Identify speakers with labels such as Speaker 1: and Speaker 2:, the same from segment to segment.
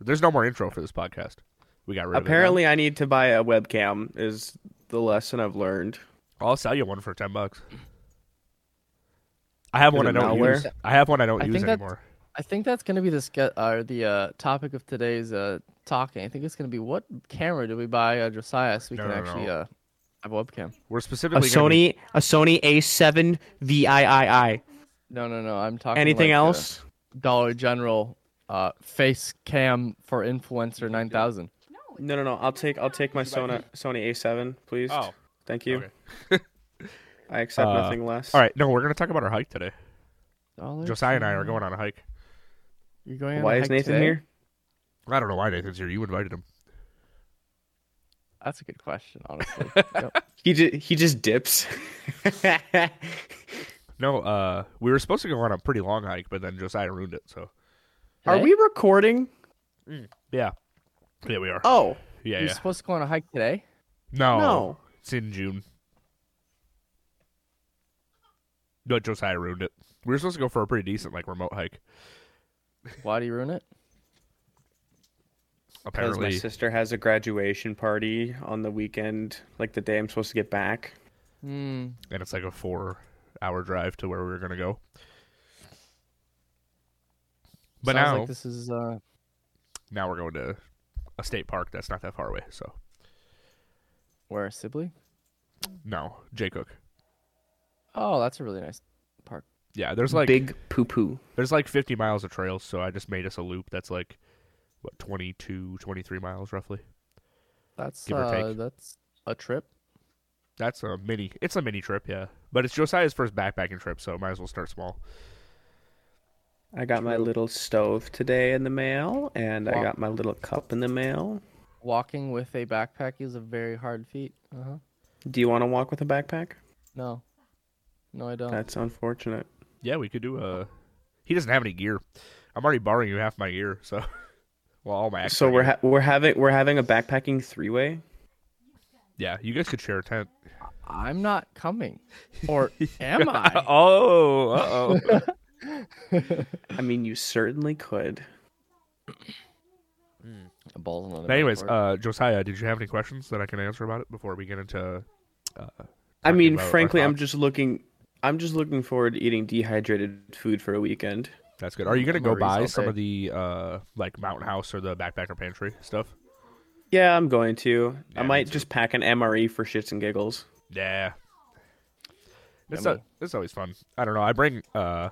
Speaker 1: There's no more intro for this podcast. We got rid of
Speaker 2: Apparently, I need to buy a webcam. Is the lesson I've learned.
Speaker 1: it. now. I'll sell you one for ten bucks. I have
Speaker 2: Is
Speaker 1: one
Speaker 2: it
Speaker 1: I don't
Speaker 2: malware?
Speaker 1: use. I have one I don't
Speaker 3: I
Speaker 1: use
Speaker 3: think that's-
Speaker 1: anymore.
Speaker 3: I think that's going to be the ske- uh, the uh, topic of today's uh, talking. I think it's going to be what camera do we buy, uh, Josiah, so we
Speaker 1: No,
Speaker 3: can
Speaker 1: no,
Speaker 3: actually
Speaker 1: no.
Speaker 3: Uh, have a webcam.
Speaker 1: We're
Speaker 2: A
Speaker 1: specifically gonna be-
Speaker 2: Sony, a Sony A7 VIII.
Speaker 3: No, no, no. I'm talking.
Speaker 2: Anything
Speaker 3: like, uh,
Speaker 2: else?
Speaker 3: Dollar General uh, face cam for influencer nine thousand.
Speaker 2: No, no, no. I'll take, I'll take my Sony, Sony A7, please.
Speaker 1: Oh,
Speaker 2: thank you.
Speaker 1: okay.
Speaker 2: I accept
Speaker 1: Uh,
Speaker 2: nothing less.
Speaker 1: all right. No, we're gonna talk about our hike today. Josiah and I are going on a hike.
Speaker 3: You're going. on a
Speaker 2: Why is
Speaker 3: hike
Speaker 2: Nathan
Speaker 3: today?
Speaker 2: here?
Speaker 1: I don't know why Nathan's here. You invited him.
Speaker 3: That's a good question, honestly.
Speaker 2: He just, he just dips.
Speaker 1: No, uh, we were supposed to go on a pretty long hike, but then Josiah ruined it. So
Speaker 2: Are we recording?
Speaker 1: yeah, yeah, we are.
Speaker 2: Oh
Speaker 1: yeah,
Speaker 3: You're
Speaker 1: yeah.
Speaker 3: supposed to go on a hike today.
Speaker 1: No,
Speaker 2: no.
Speaker 1: it's in June. But Josiah ruined it. We were supposed to go for a pretty decent like remote hike.
Speaker 3: Why do you ruin it?
Speaker 2: Because my
Speaker 1: Apparently,
Speaker 2: sister has a graduation party on the weekend, like the day I'm supposed to get back.
Speaker 3: Hmm.
Speaker 1: and it's like a four-hour drive to where we were gonna go. But
Speaker 3: sounds
Speaker 1: now,
Speaker 3: like this is uh,
Speaker 1: now we're going to a state park that's not that far away. So
Speaker 3: where Sibley.
Speaker 1: no, Jay Cook.
Speaker 3: Oh, that's a really nice park.
Speaker 1: Yeah, there's like
Speaker 2: Big poo poo.
Speaker 1: There's like 50 miles of trails, so I just made us a loop that's like what 22, 23 miles roughly.
Speaker 3: That's
Speaker 1: Give or
Speaker 3: uh,
Speaker 1: take.
Speaker 3: that's a trip.
Speaker 1: That's a mini. It's a mini trip, yeah. But it's Josiah's first backpacking trip, so might as well start small.
Speaker 2: I got my little stove today in the mail, and I
Speaker 3: Wow.
Speaker 2: got my little cup in the mail.
Speaker 3: Walking with a backpack is a very hard feat. Uh
Speaker 1: Uh-huh.
Speaker 3: huh.
Speaker 2: Do you want to walk with a backpack?
Speaker 3: No, no, I don't.
Speaker 2: That's unfortunate.
Speaker 1: Yeah, we could do a. He doesn't have any gear. I'm already borrowing you half my gear, so. Well, all my.
Speaker 2: so
Speaker 1: extra
Speaker 2: we're
Speaker 1: gear.
Speaker 2: ha- we're having we're having a backpacking three way.
Speaker 1: yeah, you guys could share a tent.
Speaker 3: I'm not coming, or am I?
Speaker 1: oh, uh oh.
Speaker 2: I mean, you certainly could.
Speaker 3: Balls on the
Speaker 1: Anyways,
Speaker 3: backboard.
Speaker 1: uh, Josiah, did you have any questions that I can answer about it before we get into?
Speaker 2: I mean,
Speaker 1: about our
Speaker 2: frankly, I'm
Speaker 1: thoughts.
Speaker 2: just looking. I'm just looking forward to eating dehydrated food for a weekend.
Speaker 1: That's good. Are you gonna go
Speaker 3: Memories
Speaker 1: buy
Speaker 3: all
Speaker 1: some
Speaker 3: day.
Speaker 1: of the uh like Mountain House or the Backpacker Pantry stuff?
Speaker 2: Yeah, I'm going to.
Speaker 1: Yeah,
Speaker 2: I
Speaker 1: me
Speaker 2: might
Speaker 1: too.
Speaker 2: just pack an MRE for shits and giggles.
Speaker 1: Yeah. It's,
Speaker 3: Yummy.
Speaker 1: a, it's always fun. I don't know. I bring uh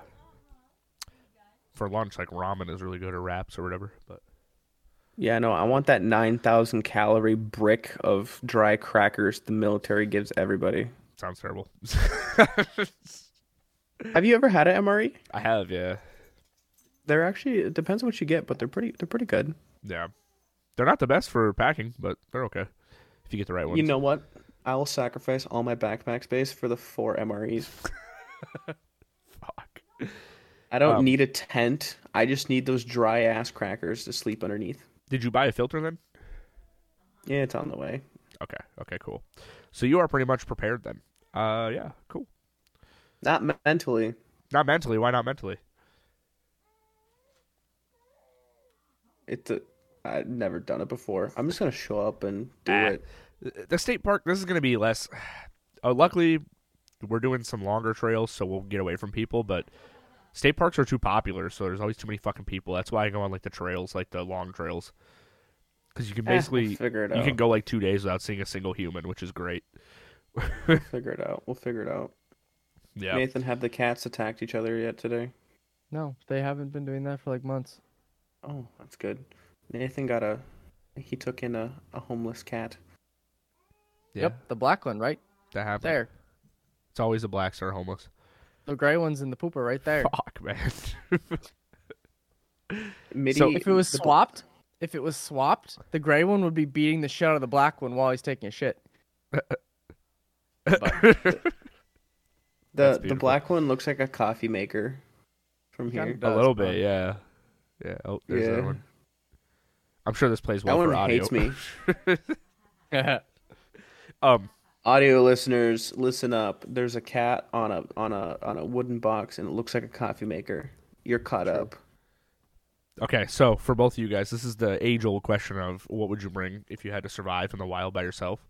Speaker 1: for lunch like ramen is really good or wraps or whatever, but
Speaker 2: Yeah, no, I want that 9,000 calorie brick of dry crackers the military gives everybody.
Speaker 1: it sounds terrible.
Speaker 2: Have you ever had an MRE?
Speaker 1: I have, yeah.
Speaker 2: They're actually it depends on what you get, but they're pretty they're pretty good.
Speaker 1: Yeah. They're not the best for packing, but they're okay. If you get the right ones.
Speaker 2: You know what? I will sacrifice all my backpack space for the four MREs.
Speaker 1: Fuck.
Speaker 2: I don't
Speaker 1: Um,
Speaker 2: need a tent. I just need those dry ass crackers to sleep underneath.
Speaker 1: Did you buy a filter then?
Speaker 2: Yeah, it's on the way.
Speaker 1: Okay. Okay, cool. So you are pretty much prepared then. Uh yeah, cool.
Speaker 2: Not me- mentally.
Speaker 1: Not mentally, why not mentally?
Speaker 2: It's a, uh, I've never done it before. I'm just gonna show up and do
Speaker 1: Ah.
Speaker 2: it.
Speaker 1: the state park this is going to be less uh, luckily we're doing some longer trails so we'll get away from people but state parks are too popular so there's always too many fucking people that's why i go on like the trails like the long trails because you can
Speaker 2: Eh, we'll
Speaker 1: basically
Speaker 2: figure it
Speaker 1: you can
Speaker 2: out.
Speaker 1: go like two days without seeing a single human which is great
Speaker 2: Figure it out. We'll figure it out.
Speaker 1: yeah
Speaker 2: Nathan, have the cats attacked each other yet today?
Speaker 3: no, they haven't been doing that for like months.
Speaker 2: Oh, that's good. Nathan got a. He took in a, a homeless cat.
Speaker 1: yeah,
Speaker 3: Yep, the black one right
Speaker 1: that happened
Speaker 3: there.
Speaker 1: it's always the blacks that are homeless
Speaker 3: The gray one's in the pooper right there.
Speaker 1: fuck man
Speaker 2: Midi,
Speaker 1: So-
Speaker 3: If it was
Speaker 2: the-
Speaker 3: swapped, if it was swapped, the gray one would be beating the shit out of the black one while he's taking a shit.
Speaker 1: That's
Speaker 2: the, the
Speaker 1: beautiful.
Speaker 2: black one looks like a coffee maker from
Speaker 3: Kinda
Speaker 2: here.
Speaker 3: does,
Speaker 1: a little
Speaker 3: but-
Speaker 1: bit yeah yeah oh there's
Speaker 2: Yeah.
Speaker 1: that one i'm sure this plays well
Speaker 2: That
Speaker 1: for
Speaker 2: one
Speaker 1: audio
Speaker 2: hates me.
Speaker 1: um
Speaker 2: Audio listeners, listen up. There's a cat on a on a on a wooden box, and it looks like a coffee maker. You're caught up.
Speaker 1: Okay, so for both of you guys, this is the age old question of what would you bring if you had to survive in the wild by yourself?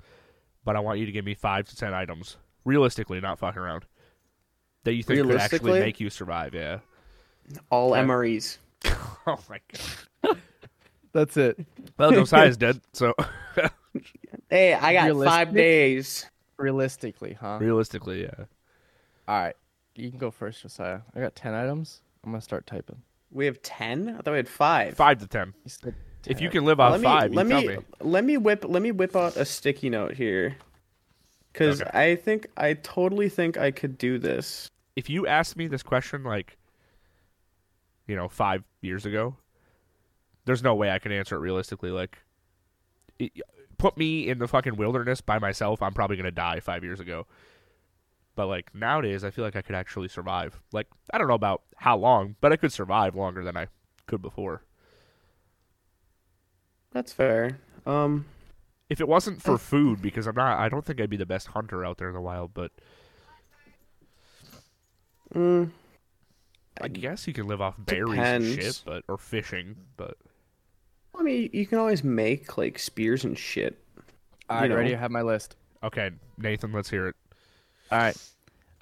Speaker 1: But I want you to give me five to ten items, realistically, not fucking around, that you think could actually
Speaker 2: Realistically?
Speaker 1: make you survive. Yeah.
Speaker 2: All MREs.
Speaker 1: Oh my god.
Speaker 3: That's it.
Speaker 1: Well, Josiah's dead, so
Speaker 2: Hey, I got
Speaker 3: Realistic?
Speaker 2: five days.
Speaker 3: Realistically, huh?
Speaker 1: realistically, yeah.
Speaker 3: All right, you can go first, Josiah. I got ten items. I'm gonna start typing.
Speaker 2: We have ten. I thought we had five.
Speaker 1: Five to ten.
Speaker 3: You said
Speaker 1: If
Speaker 3: 10.
Speaker 1: you can live on
Speaker 2: Uh, let me
Speaker 1: five,
Speaker 2: let
Speaker 1: you
Speaker 2: me,
Speaker 1: tell me.
Speaker 2: let me whip let me whip out a sticky note here, because
Speaker 1: Okay.
Speaker 2: I think I totally think I could do this.
Speaker 1: If you asked me this question like, you know, five years ago, there's no way I could answer it realistically. Like, it, put me in the fucking wilderness by myself, I'm probably gonna die five years ago. But like nowadays, I feel like I could actually survive. Like, I don't know about how long, but I could survive longer than I could before.
Speaker 2: That's fair. Um,
Speaker 1: If it wasn't
Speaker 3: Oh.
Speaker 1: for food, because I'm not, I don't think I'd be the best hunter out there in the wild, but
Speaker 2: mm,
Speaker 1: I guess you can live off berries and shit,
Speaker 2: Depends.
Speaker 1: but or fishing, but
Speaker 2: I mean, you can always make like spears and shit.
Speaker 3: All right,
Speaker 2: you know.
Speaker 3: ready? I have my list.
Speaker 1: okay, Nathan, let's hear it.
Speaker 3: All right,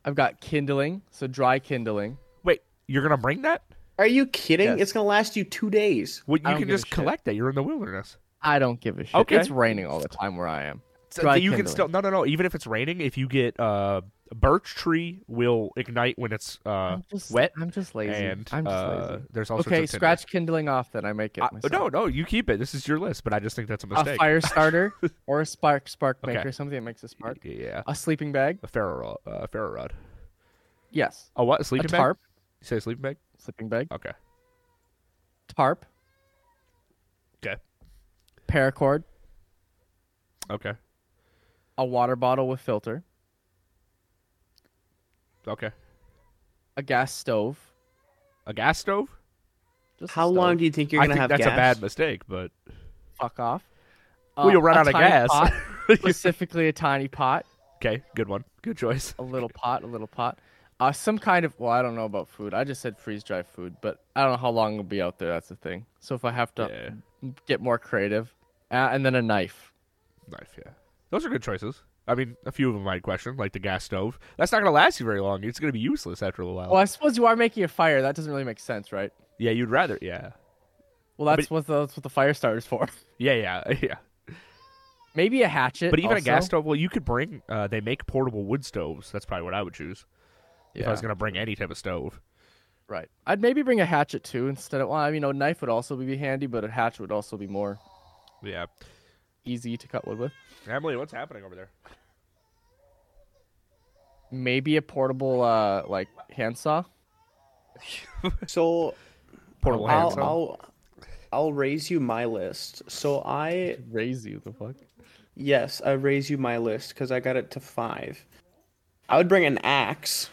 Speaker 3: I've got kindling, so dry kindling.
Speaker 1: Wait, you're gonna bring that?
Speaker 2: Are you kidding?
Speaker 3: Yes.
Speaker 2: It's gonna last you two days.
Speaker 1: Well, you
Speaker 3: don't
Speaker 1: can
Speaker 3: give a
Speaker 1: just
Speaker 3: shit.
Speaker 1: collect that. You're in the wilderness.
Speaker 3: I don't give a shit.
Speaker 1: Okay.
Speaker 3: It's raining all the time where I am.
Speaker 1: So
Speaker 3: Dry
Speaker 1: you can
Speaker 3: kindling.
Speaker 1: still no no no. Even if it's raining, if you get uh, a birch tree will ignite when it's uh
Speaker 3: I'm just,
Speaker 1: wet
Speaker 3: I'm just lazy.
Speaker 1: and
Speaker 3: I'm just
Speaker 1: uh,
Speaker 3: lazy.
Speaker 1: there's all
Speaker 3: Okay,
Speaker 1: sorts of tinder.
Speaker 3: scratch kindling off. Then I make it.
Speaker 1: I-
Speaker 3: myself.
Speaker 1: no no, you keep it. This is your list, but I just think that's a
Speaker 3: a
Speaker 1: mistake.
Speaker 3: fire starter or a spark spark
Speaker 1: Okay.
Speaker 3: maker, something that makes a spark.
Speaker 1: Yeah,
Speaker 3: A sleeping bag,
Speaker 1: a ferro uh, ferro rod.
Speaker 3: yes.
Speaker 1: Oh what? A sleeping
Speaker 3: a tarp,
Speaker 1: bag? You say a sleeping bag?
Speaker 3: sleeping bag,
Speaker 1: Okay.
Speaker 3: tarp,
Speaker 1: Okay.
Speaker 3: paracord,
Speaker 1: Okay.
Speaker 3: a water bottle with filter,
Speaker 1: Okay.
Speaker 3: a gas stove.
Speaker 1: A gas stove?
Speaker 3: Just a
Speaker 2: How
Speaker 3: stove.
Speaker 2: long do you think you're
Speaker 1: I
Speaker 2: gonna
Speaker 1: think
Speaker 2: have
Speaker 1: that's
Speaker 2: gas? Oh,
Speaker 1: a bad mistake, but
Speaker 3: fuck off? Uh,
Speaker 1: well, you'll run
Speaker 3: a
Speaker 1: out of
Speaker 3: tiny
Speaker 1: gas.
Speaker 3: pot, specifically, a tiny pot,
Speaker 1: okay, good one, good choice.
Speaker 3: a little pot, a little pot. Uh, some kind of well, I don't know about food. I just said freeze dry food, but I don't know how long it'll be out there. That's the thing. So if I have to
Speaker 1: Yeah,
Speaker 3: get more creative, uh, and then a knife.
Speaker 1: knife. Yeah, those are good choices. I mean, a few of them might question, like the gas stove. That's not going to last you very long. It's going to be useless after a little while.
Speaker 3: Well, I suppose you are making a fire. That doesn't really make sense, right?
Speaker 1: Yeah, you'd rather. Yeah,
Speaker 3: Well, that's what the, that's what the fire starter's for.
Speaker 1: yeah, yeah, yeah.
Speaker 3: Maybe a hatchet.
Speaker 1: But even a gas
Speaker 3: also.
Speaker 1: stove, well, you could bring. Uh, they make portable wood stoves. That's probably what I would choose if I was
Speaker 3: Yeah.
Speaker 1: going to bring any type of stove.
Speaker 3: Right. I'd maybe bring a hatchet too instead of. Well, I mean, a knife would also be handy, but a hatchet would also be more
Speaker 1: Yeah,
Speaker 3: easy to cut wood with.
Speaker 1: Emily, what's happening over there?
Speaker 3: Maybe a portable, uh, like handsaw.
Speaker 2: So
Speaker 1: Portable
Speaker 2: I'll,
Speaker 1: handsaw.
Speaker 2: I'll I'll raise you my list. So I
Speaker 3: Raise you the fuck.
Speaker 2: yes, I raise you my list because I got it to five. I would bring an axe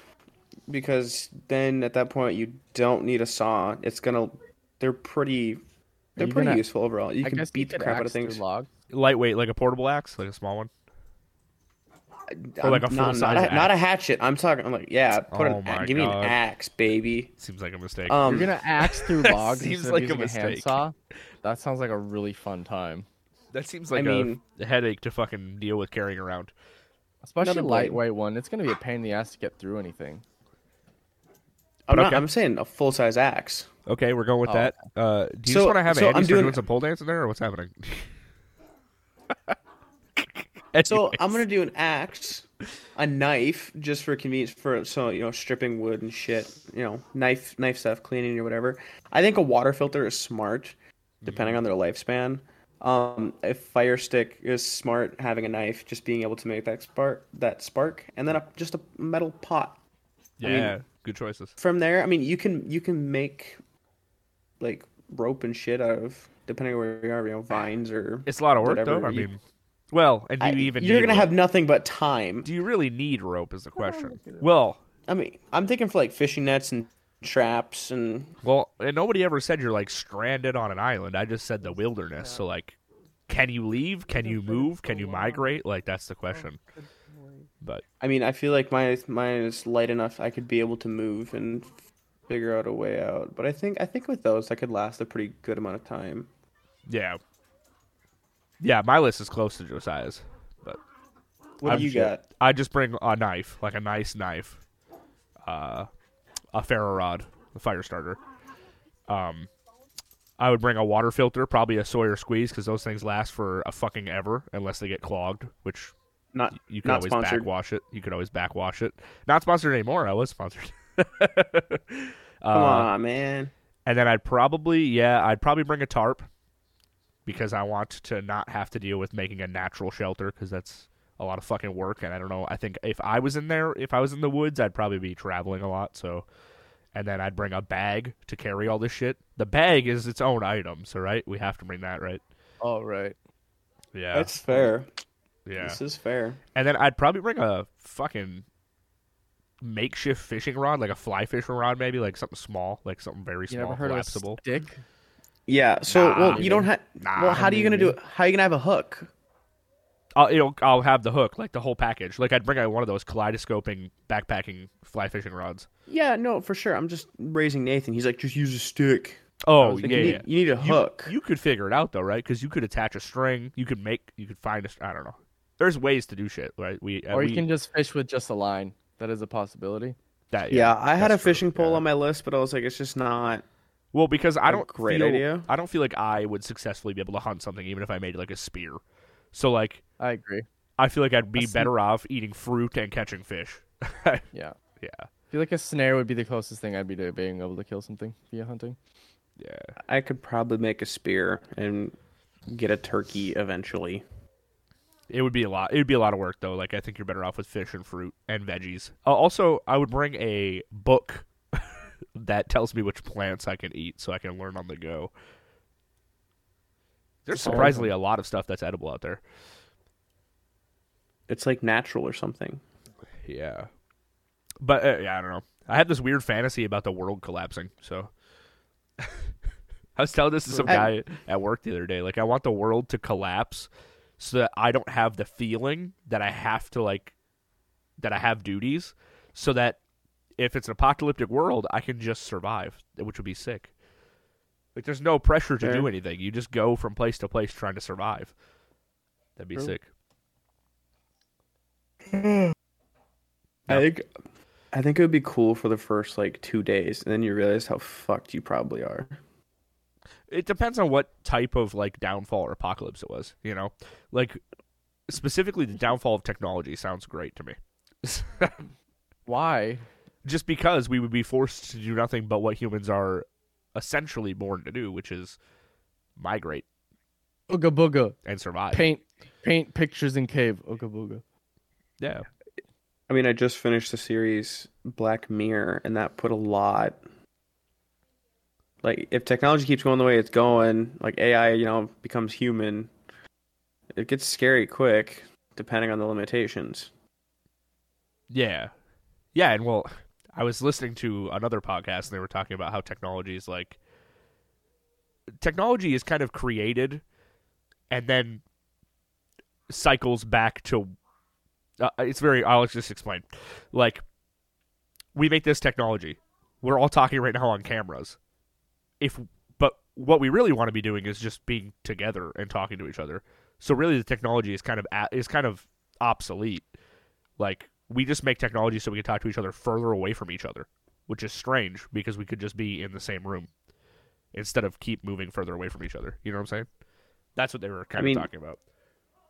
Speaker 2: because then at that point you don't need a saw. It's gonna they're pretty they're
Speaker 3: you
Speaker 2: pretty
Speaker 3: gonna-
Speaker 2: useful overall. You
Speaker 3: I
Speaker 2: can
Speaker 3: guess
Speaker 2: beat
Speaker 3: you
Speaker 2: the
Speaker 3: could
Speaker 2: crap out
Speaker 3: axe
Speaker 2: of
Speaker 3: through
Speaker 2: things.
Speaker 3: Log.
Speaker 1: Lightweight, like a portable axe, like a small one. Or like
Speaker 2: I'm-
Speaker 1: a
Speaker 2: not,
Speaker 1: full-size
Speaker 2: not, a, not a
Speaker 1: axe.
Speaker 2: hatchet. I'm talking. I'm like, yeah, put
Speaker 1: Oh
Speaker 2: an,
Speaker 1: my
Speaker 2: a- give me
Speaker 1: God.
Speaker 2: an axe, baby.
Speaker 1: Seems like a mistake.
Speaker 2: Um,
Speaker 3: You're gonna axe through logs
Speaker 1: Seems
Speaker 3: instead
Speaker 1: like a
Speaker 3: of using a,
Speaker 1: mistake.
Speaker 3: handsaw. That sounds like a really fun time,
Speaker 1: that seems like
Speaker 2: I
Speaker 1: a-
Speaker 2: mean-
Speaker 1: a headache to fucking deal with carrying around.
Speaker 3: especially a
Speaker 2: Another blade.
Speaker 3: lightweight one. It's gonna be a pain in the ass to get through anything.
Speaker 2: I'm, not,
Speaker 1: Okay.
Speaker 2: I'm saying a full size axe.
Speaker 1: Okay, we're going with
Speaker 3: Oh,
Speaker 1: that. Uh, do you
Speaker 2: So-
Speaker 1: just want to have
Speaker 2: so I'm
Speaker 1: Andy start
Speaker 2: doing-
Speaker 1: doing some pole dancing there, or what's happening?
Speaker 2: So I'm
Speaker 1: Anyways.
Speaker 2: gonna do an axe, a knife, just for convenience, for so you know, stripping wood and shit. You know, knife, knife stuff, cleaning or whatever. I think a water filter is smart, depending on their lifespan. Um, a fire stick is smart. Having a knife, just being able to make that spark, that spark, and then a, just a metal pot.
Speaker 1: yeah, good choices.
Speaker 2: From there, I mean, you can you can make like rope and shit out of depending on where you are. You know, vines or
Speaker 1: It's a lot of work,
Speaker 2: whatever
Speaker 1: though. I
Speaker 2: you-
Speaker 1: mean, well, and do
Speaker 2: I-
Speaker 1: you even
Speaker 2: you're
Speaker 1: need
Speaker 2: gonna
Speaker 1: rope?
Speaker 2: have nothing but time.
Speaker 1: Do you really need rope? Is the question. Well,
Speaker 2: I mean, I'm thinking for like fishing nets and traps and
Speaker 1: well, and nobody ever said you're like stranded on an island. I just said the wilderness. So like, can you leave? Can you move? Can you migrate? Like that's the question. But
Speaker 2: I mean, I feel like my mine is light enough I could be able to move and figure out a way out. But I think I think with those, that could last a pretty good amount of time.
Speaker 1: Yeah. Yeah, my list is close to Josiah's.
Speaker 2: What
Speaker 1: I'm
Speaker 2: do you
Speaker 1: sure-
Speaker 2: got?
Speaker 1: I just bring a knife, like a nice knife, uh, a ferro rod, a fire starter. Um, I would bring a water filter, probably a Sawyer squeeze, because those things last for a fucking ever unless they get clogged, which
Speaker 2: Not
Speaker 1: you can
Speaker 2: Not
Speaker 1: always
Speaker 2: sponsored.
Speaker 1: backwash it. You could always backwash it. Not sponsored anymore. I was sponsored.
Speaker 2: come
Speaker 1: Uh,
Speaker 2: on, man.
Speaker 1: and then I'd probably, yeah, I'd probably bring a tarp because I want to not have to deal with making a natural shelter because that's a lot of fucking work. And I don't know. I think if I was in there, if I was in the woods, I'd probably be traveling a lot. So, and then I'd bring a bag to carry all this shit. The bag is its own item. So, right? We have to bring that, right?
Speaker 3: All Oh, right.
Speaker 1: Yeah.
Speaker 2: That's fair.
Speaker 1: yeah.
Speaker 2: This is fair.
Speaker 1: And then I'd probably bring a fucking makeshift fishing rod, like a fly fishing rod, maybe, like something small, like something very
Speaker 3: You
Speaker 1: small,
Speaker 3: never heard
Speaker 1: collapsible.
Speaker 3: of a stick?
Speaker 2: Yeah. So
Speaker 1: Nah.
Speaker 2: well, you don't have.
Speaker 1: Nah.
Speaker 2: well, how do you gonna do it? How you gonna have a hook?
Speaker 1: I'll, it'll, I'll have the hook, like the whole package. Like I'd bring out one of those kaleidoscoping backpacking fly fishing rods.
Speaker 2: Yeah, no, for sure. I'm just raising Nathan. He's like, just use a stick. I
Speaker 1: Oh
Speaker 2: was like,
Speaker 1: yeah,
Speaker 2: you, need,
Speaker 1: yeah.
Speaker 2: you need a hook.
Speaker 1: You could figure it out though, right? Because you could attach a string. You could make. You could find a. str- I don't know. There's ways to do shit, right? We uh,
Speaker 3: Or you
Speaker 1: we-
Speaker 3: can just fish with just a line. That is a possibility.
Speaker 1: that,
Speaker 2: yeah, I had a
Speaker 1: that's true,
Speaker 2: fishing pole
Speaker 1: yeah.
Speaker 2: on my list, but I was like, it's just not.
Speaker 1: Well, because I don't
Speaker 2: great
Speaker 1: feel,
Speaker 2: idea.
Speaker 1: I don't feel like I would successfully be able to hunt something, even if I made like a spear. So like,
Speaker 3: I agree.
Speaker 1: I feel like I'd be
Speaker 3: That's-
Speaker 1: better off eating fruit and catching fish.
Speaker 3: Yeah.
Speaker 1: Yeah.
Speaker 3: I feel like a snare would be the closest thing I'd be to being able to kill something via hunting.
Speaker 1: Yeah.
Speaker 2: I could probably make a spear and get a turkey eventually.
Speaker 1: It would be a lot. It would be a lot of work though. Like I think you're better off with fish and fruit and veggies. Uh, also, I would bring a book that tells me which plants I can eat, so I can learn on the go. There's
Speaker 3: Solid.
Speaker 1: surprisingly a lot of stuff that's edible out there.
Speaker 2: It's like natural or something.
Speaker 1: Yeah, but uh, yeah, I don't know. I have this weird fantasy about the world collapsing. So I was telling this to some guy
Speaker 2: Right.
Speaker 1: at work the other day. Like I want the world to collapse so that I don't have the feeling that I have to like that I have duties, so that if it's an apocalyptic world, I can just survive, which would be sick. Like there's no pressure to
Speaker 2: Fair.
Speaker 1: do anything. You just go from place to place trying to survive. That'd be
Speaker 3: True.
Speaker 1: sick.
Speaker 2: I think, I think it would be cool for the first like two days, and then you realize how fucked you probably are.
Speaker 1: it depends on what type of like downfall or apocalypse it was you know like specifically the downfall of technology sounds great to me
Speaker 3: Why?
Speaker 1: just because we would be forced to do nothing but what humans are essentially born to do which is migrate
Speaker 3: Ooga booga.
Speaker 1: and survive
Speaker 3: Paint paint pictures in cave. Ooga booga.
Speaker 1: yeah
Speaker 2: I mean, I just finished the series Black Mirror, and that put a lot. Like, if technology keeps going the way it's going, like AI, you know, becomes human, it gets scary quick, depending on the limitations.
Speaker 1: yeah yeah and well i was listening to another podcast and they were talking about how technology is like technology is kind of created and then cycles back to uh, it's very i'll just explain like we make this technology we're all talking right now on cameras if but what we really want to be doing is just being together and talking to each other so really the technology is kind of a- is kind of obsolete like we just make technology so we can talk to each other further away from each other which is strange because we could just be in the same room instead of keep moving further away from each other. You know what I'm saying? That's what they were kind
Speaker 2: I mean-
Speaker 1: of talking about.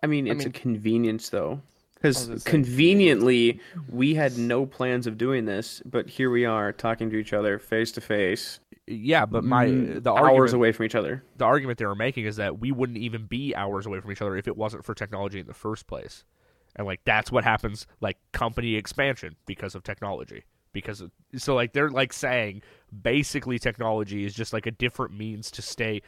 Speaker 2: I mean, it's
Speaker 3: mean-
Speaker 2: a convenience, though.
Speaker 3: I was
Speaker 2: Because
Speaker 3: gonna say-
Speaker 2: conveniently, we had no plans of doing this, but here we are talking to each other face to face,
Speaker 1: Yeah, but my uh, the
Speaker 2: hours
Speaker 1: argument,
Speaker 2: away from each other.
Speaker 1: the argument they were making is that we wouldn't even be hours away from each other if it wasn't for technology in the first place. And like that's what happens like company expansion because of technology. Because of, so like they're like saying basically technology is just like a different means to stay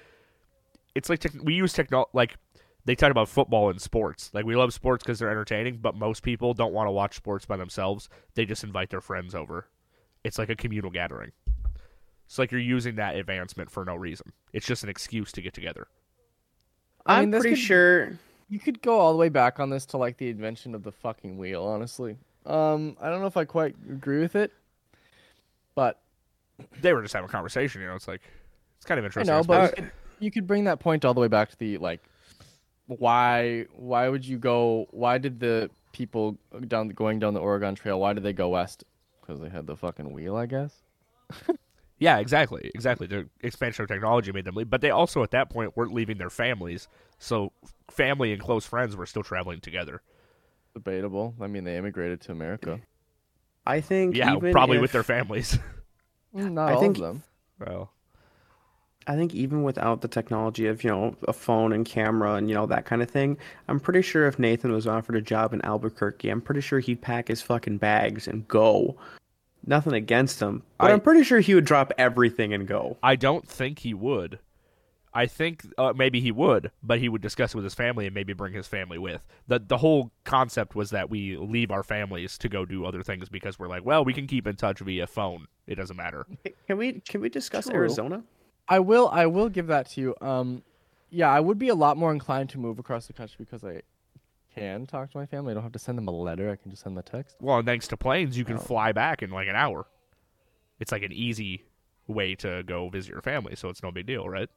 Speaker 1: it's like tech we use technology like they talk about football and sports like we love sports because they're entertaining but most people don't want to watch sports by themselves they just invite their friends over it's like a communal gathering it's like you're using that advancement for no reason it's just an excuse to get together
Speaker 3: I
Speaker 2: I
Speaker 3: mean,
Speaker 2: am
Speaker 3: this
Speaker 2: pretty
Speaker 3: could-
Speaker 2: sure.
Speaker 3: You could go all the way back on this to like the invention of the fucking wheel, honestly. Um, I don't know if I quite agree with it, but
Speaker 1: they were just having a conversation. You know, it's like it's kind of
Speaker 3: I
Speaker 1: interesting.
Speaker 3: know,
Speaker 1: suppose.
Speaker 3: but you could- you could bring that point all the way back to the like, why why would you go? Why did the people down going down the Oregon Trail? Why did they go west? Because they had the fucking wheel, I guess.
Speaker 1: yeah, exactly, exactly. The expansion of technology made them leave, but they also at that point weren't leaving their families, so family and close friends were still traveling together.
Speaker 3: Debatable. I mean, they immigrated to America.
Speaker 2: I think
Speaker 1: Yeah,
Speaker 2: even
Speaker 1: probably
Speaker 2: if,
Speaker 1: with their families.
Speaker 3: Mm, Not
Speaker 2: I
Speaker 3: all
Speaker 2: think-
Speaker 3: of them.
Speaker 1: well,
Speaker 2: I think even without the technology of, you know, a phone and camera and, you know, that kind of thing, I'm pretty sure if Nathan was offered a job in Albuquerque, I'm pretty sure he'd pack his fucking bags and go. Nothing against him, but
Speaker 1: I-
Speaker 2: I, am pretty sure he would drop everything and go.
Speaker 1: I don't think he would. I think uh, maybe he would, but he would discuss it with his family and maybe bring his family with. the The whole concept was that we leave our families to go do other things because we're like, well, we can keep in touch via phone. It doesn't matter.
Speaker 2: Can we can we discuss
Speaker 3: True.
Speaker 2: Arizona?
Speaker 3: I will. I will give that to you. Um, yeah, I would be a lot more inclined to move across the country because I can talk to my family. I don't have to send them a letter. I can just send them a text.
Speaker 1: Well, and thanks to planes, you can fly back in like an hour. It's like an easy way to go visit your family, so it's no big deal, right?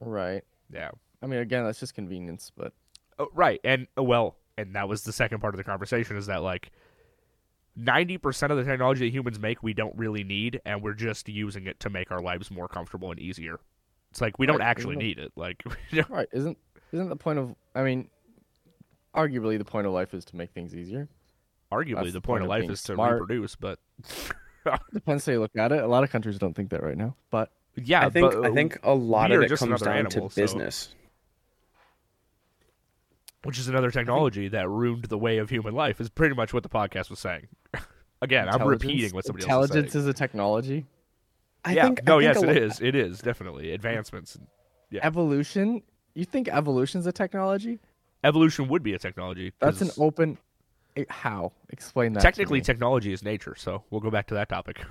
Speaker 3: Right.
Speaker 1: Yeah.
Speaker 3: I mean, again, that's just convenience, but
Speaker 1: Oh, right, and oh, well, and that was the second part of the conversation is that like ninety percent of the technology that humans make we don't really need, and we're just using it to make our lives more comfortable and easier. It's like we don't
Speaker 3: Right,
Speaker 1: actually need
Speaker 3: isn't it-
Speaker 1: it. Like, you know,
Speaker 3: right isn't isn't the point of? I mean, arguably the point of life is to make things easier.
Speaker 1: arguably,
Speaker 3: That's
Speaker 1: the point of life
Speaker 3: being
Speaker 1: is to
Speaker 3: smart.
Speaker 1: reproduce. But
Speaker 3: Depends how you look at it. A lot of countries don't think that right now, but
Speaker 1: yeah,
Speaker 2: I think
Speaker 1: but,
Speaker 2: I think a lot
Speaker 1: we
Speaker 2: of
Speaker 1: are
Speaker 2: it
Speaker 1: just
Speaker 2: comes
Speaker 1: another
Speaker 2: down
Speaker 1: animal,
Speaker 2: to
Speaker 1: so-
Speaker 2: business.
Speaker 1: which is another technology that ruined the way of human life is pretty much what the podcast was saying. Again, I'm
Speaker 3: intelligence-
Speaker 1: repeating what somebody else is saying.
Speaker 3: intelligence is a technology.
Speaker 2: I
Speaker 1: yeah,
Speaker 2: think I
Speaker 1: no,
Speaker 2: think
Speaker 1: yes,
Speaker 2: a
Speaker 1: it
Speaker 2: lo-
Speaker 1: is. It is definitely advancements. Yeah.
Speaker 3: Evolution. You think evolution's a technology?
Speaker 1: Evolution would be a technology.
Speaker 3: That's an
Speaker 1: 'cause-
Speaker 3: open. eh, How? Explain that. to
Speaker 1: Technically,
Speaker 3: me.
Speaker 1: technology is nature, so we'll go back to that topic.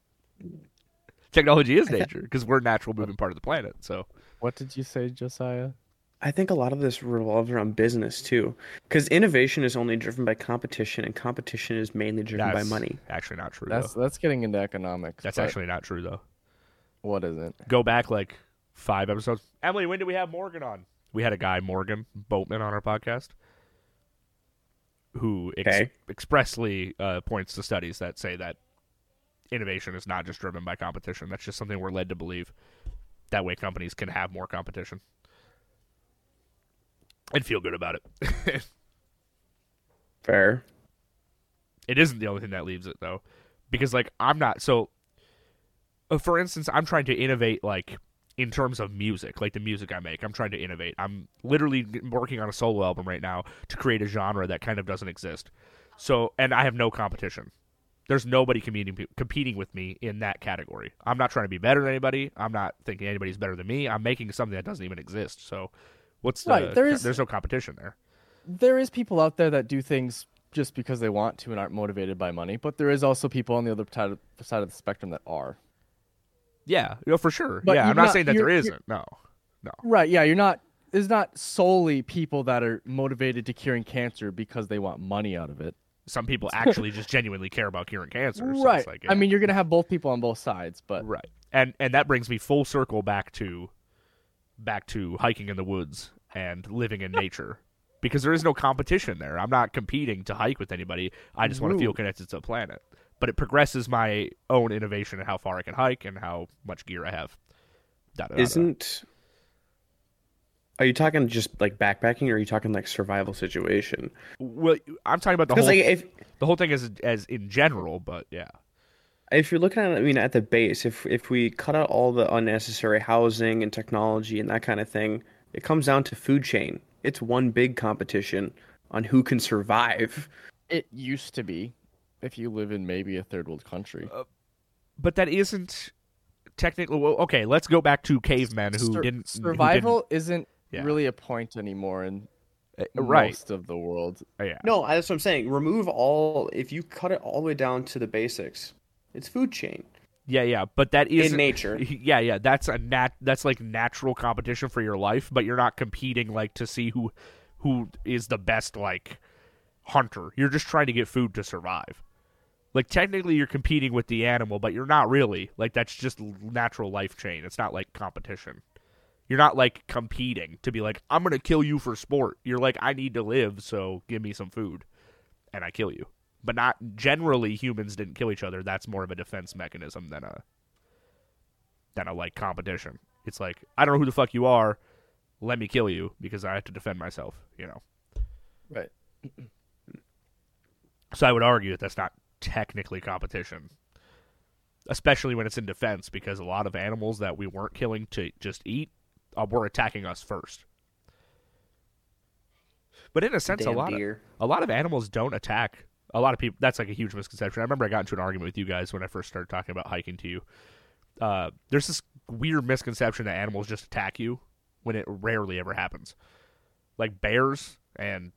Speaker 1: technology is nature because we're a natural moving part of the planet. So
Speaker 3: what did you say, Josiah?
Speaker 2: I think a lot of this revolves around business too, because innovation is only driven by competition, and competition is mainly driven by
Speaker 1: that's
Speaker 2: money.
Speaker 1: Actually, not true.
Speaker 3: That's
Speaker 1: though.
Speaker 3: that's getting into economics.
Speaker 1: That's
Speaker 3: but
Speaker 1: actually not true though.
Speaker 3: what is it?
Speaker 1: Go back like five episodes. Emily, when did we have Morgan on? We had a guy Morgan Boatman on our podcast who ex-
Speaker 2: Okay.
Speaker 1: expressly uh, points to studies that say that innovation is not just driven by competition. That's just something we're led to believe. That way, companies can have more competition and feel good about it.
Speaker 2: Fair.
Speaker 1: it isn't the only thing that leaves it though, because like I'm not so. uh, For instance, I'm trying to innovate like in terms of music, like the music I make. I'm trying to innovate. I'm literally g- working on a solo album right now to create a genre that kind of doesn't exist. So, and I have no competition. There's nobody competing competing with me in that category. I'm not trying to be better than anybody. I'm not thinking anybody's better than me. I'm making something that doesn't even exist. So, what's the,
Speaker 3: Right, there is-
Speaker 1: there's no competition there.
Speaker 3: There is people out there that do things just because they want to and aren't motivated by money, but there is also people on the other side of, side of the spectrum that are.
Speaker 1: Yeah, you know, for sure.
Speaker 3: But
Speaker 1: yeah, I'm
Speaker 3: you're
Speaker 1: not,
Speaker 3: not-
Speaker 1: saying that
Speaker 3: you're-
Speaker 1: there
Speaker 3: you're-
Speaker 1: isn't. No, no.
Speaker 3: Right. Yeah. You're not. There's not solely people that are motivated to curing cancer because they want money out of it.
Speaker 1: some people actually just genuinely care about curing cancer. So
Speaker 3: right.
Speaker 1: It's like,
Speaker 3: I mean, you're gonna have both people on both sides, but
Speaker 1: right. And and that brings me full circle back to back to hiking in the woods and living in nature because there is no competition there. I'm not competing to hike with anybody. I just want to feel
Speaker 3: Rude.
Speaker 1: connected to the planet. But it progresses my own innovation and how far I can hike and how much gear I have. Da, da, da, da.
Speaker 2: Isn't? Are you talking just like backpacking, or are you talking like survival situation?
Speaker 1: well, I'm talking about the whole
Speaker 2: Because like if
Speaker 1: the whole thing as as in general, but yeah,
Speaker 2: if you're looking at, it, I mean, at the base, if if we cut out all the unnecessary housing and technology and that kind of thing, it comes down to food chain. It's one big competition on who can survive.
Speaker 3: it used to be. If you live in maybe a third world country,
Speaker 1: Uh, but that isn't technically well, okay. Let's go back to cavemen who
Speaker 3: Sur-
Speaker 1: didn't who didn't-
Speaker 3: survival isn't
Speaker 1: Yeah.
Speaker 3: really a point anymore in Uh,
Speaker 1: right.
Speaker 3: most of the world.
Speaker 1: oh, Yeah.
Speaker 2: No, that's what I'm saying. Remove all. If you cut it all the way down to the basics, it's food chain.
Speaker 1: Yeah, yeah, but that is
Speaker 2: nature.
Speaker 1: Yeah, yeah, that's a nat. That's like natural competition for your life, but you're not competing like to see who, who is the best like hunter. You're just trying to get food to survive. Like technically you're competing with the animal, but you're not really. Like that's just l- natural life chain. It's not like competition. You're not like competing to be like I'm going to kill you for sport. You're like I need to live, so give me some food and I kill you. But not generally humans didn't kill each other. That's more of a defense mechanism than a than a like competition. It's like I don't know who the fuck you are. Let me kill you because I have to defend myself, you know.
Speaker 3: Right.
Speaker 1: So I would argue that that's not technically competition, especially when it's in defense, because a lot of animals that we weren't killing to just eat uh, were attacking us first. But in a sense, a
Speaker 2: Damn
Speaker 1: lot of,
Speaker 2: deer.
Speaker 1: a lot of animals don't attack. A lot of people. That's like a huge misconception. I remember I got into an argument with you guys when I first started talking about hiking to you. Uh, there's this weird misconception that animals just attack you when it rarely ever happens. Like bears and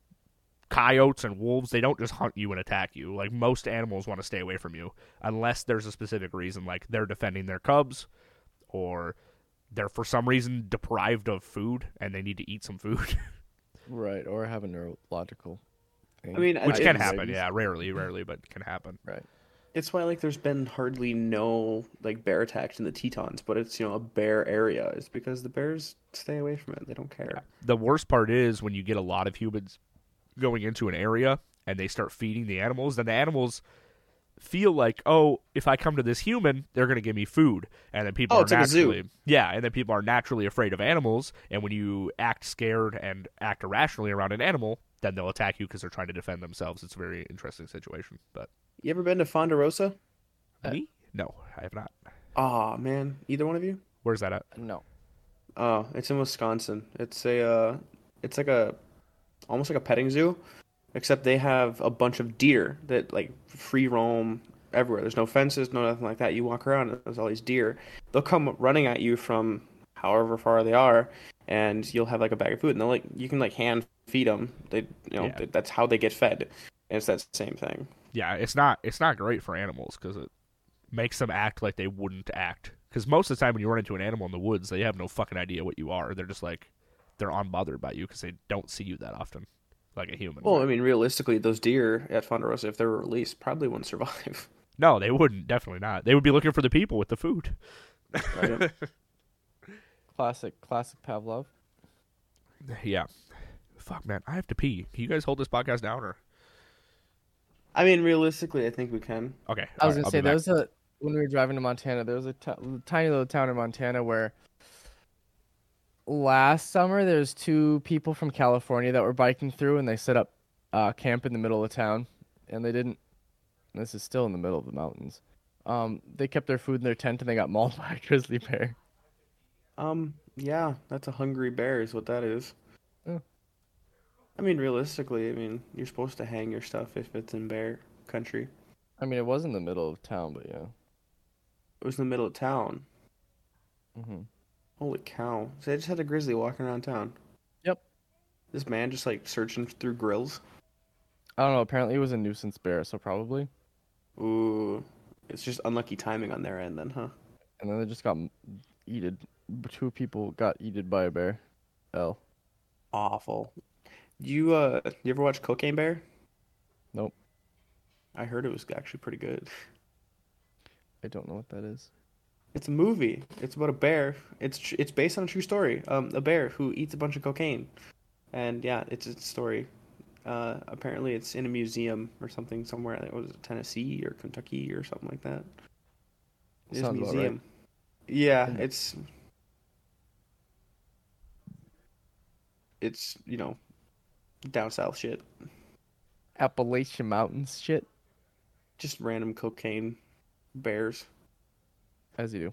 Speaker 1: coyotes and wolves, they don't just hunt you and attack you. Like most animals want to stay away from you unless there's a specific reason, like they're defending their cubs or they're for some reason deprived of food and they need to eat some food.
Speaker 3: Right. Or have a neurological. Thing.
Speaker 2: I mean,
Speaker 1: which
Speaker 2: I-
Speaker 1: can
Speaker 2: it's-
Speaker 1: happen. Yeah, rarely, rarely, but can happen.
Speaker 3: Right.
Speaker 2: It's why like there's been hardly no like bear attacks in the Tetons, but it's you know a bear area. It's because the bears stay away from it. They don't care.
Speaker 1: The worst part is when you get a lot of humans going into an area and they start feeding the animals, then the animals feel like, oh, if I come to this human, they're going to give me food, and then people
Speaker 2: Oh,
Speaker 1: are
Speaker 2: it's like a zoo.
Speaker 1: naturally yeah, and then people are naturally afraid of animals, and when you act scared and act irrationally around an animal, then they'll attack you because they're trying to defend themselves. It's a very interesting situation, but
Speaker 2: You ever been to Fonderosa?
Speaker 3: Uh,
Speaker 1: me, no, I have not.
Speaker 2: Ah man, either one of you?
Speaker 1: Where's that at?
Speaker 3: No.
Speaker 2: Oh, it's in Wisconsin. It's a uh, it's like a almost like a petting zoo, except they have a bunch of deer that like free roam everywhere. There's no fences, no nothing like that. You walk around and there's all these deer. They'll come running at you from however far they are, and you'll have like a bag of food, and they'll like you can like hand feed them. They you know
Speaker 1: Yeah.
Speaker 2: th- that's how they get fed. And it's that same thing.
Speaker 1: yeah, it's not it's not great for animals because it makes them act like they wouldn't act. Because most of the time, when you run into an animal in the woods, they have no fucking idea what you are. They're just like they're unbothered by you because they don't see you that often, like a human.
Speaker 2: Well,
Speaker 1: would.
Speaker 2: I mean, realistically, those deer at Fonderosa, if they were released, probably wouldn't survive.
Speaker 1: no, they wouldn't. Definitely not. They would be looking for the people with the food.
Speaker 2: Right?
Speaker 3: Classic. Classic Pavlov.
Speaker 1: Yeah. Fuck, man, I have to pee. Can you guys hold this podcast down or?
Speaker 2: I mean, realistically, I think we can.
Speaker 1: Okay,
Speaker 3: I
Speaker 1: alright,
Speaker 3: was gonna
Speaker 1: I'll
Speaker 3: say
Speaker 1: be back.
Speaker 3: there was a when we were driving to Montana. There was a t- tiny little town in Montana where last summer there was two people from California that were biking through and they set up uh, camp in the middle of town and they didn't. and This is still in the middle of the mountains. Um, they kept their food in their tent and they got mauled by a grizzly bear.
Speaker 2: Um, yeah, that's a hungry bear is what that is.
Speaker 3: Yeah.
Speaker 2: I mean, realistically, I mean, you're supposed to hang your stuff if it's in bear country.
Speaker 3: I mean, it was in the middle of town, but yeah.
Speaker 2: It was in the middle of town.
Speaker 3: Mm-hmm.
Speaker 2: Holy cow. So I just had a grizzly walking around town.
Speaker 3: Yep.
Speaker 2: This man just like searching through grills.
Speaker 3: I don't know. Apparently, it was a nuisance bear, so probably.
Speaker 2: Ooh. It's just unlucky timing on their end then, huh?
Speaker 3: And then they just got m- eated. Two people got eated by a bear. L.
Speaker 2: Awful. You uh you ever watch Cocaine Bear?
Speaker 3: Nope.
Speaker 2: I heard it was actually pretty good.
Speaker 3: I don't know what that is.
Speaker 2: It's a movie. It's about a bear. It's tr- it's based on a true story. Um, a bear who eats a bunch of cocaine, and yeah, it's a story. Uh, apparently, it's in a museum or something somewhere. I think it was Tennessee or Kentucky or something like that. It's a
Speaker 3: Sounds about right.
Speaker 2: museum. Yeah,
Speaker 3: Hmm.
Speaker 2: it's it's you know down south shit.
Speaker 3: Appalachian Mountains shit,
Speaker 2: Just random cocaine bears.
Speaker 3: as you do.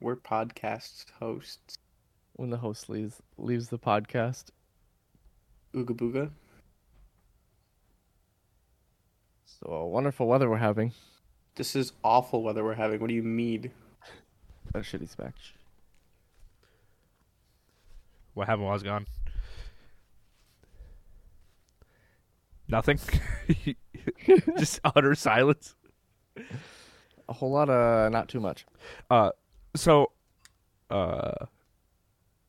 Speaker 2: We're podcast hosts.
Speaker 3: When the host leaves leaves the podcast,
Speaker 2: Ooga booga.
Speaker 3: so uh, wonderful weather we're having.
Speaker 2: This is awful weather we're having. What do you mean?
Speaker 3: A shitty smash.
Speaker 1: What happened while I was gone? Nothing. just utter silence.
Speaker 3: A whole lot of not too much.
Speaker 1: so uh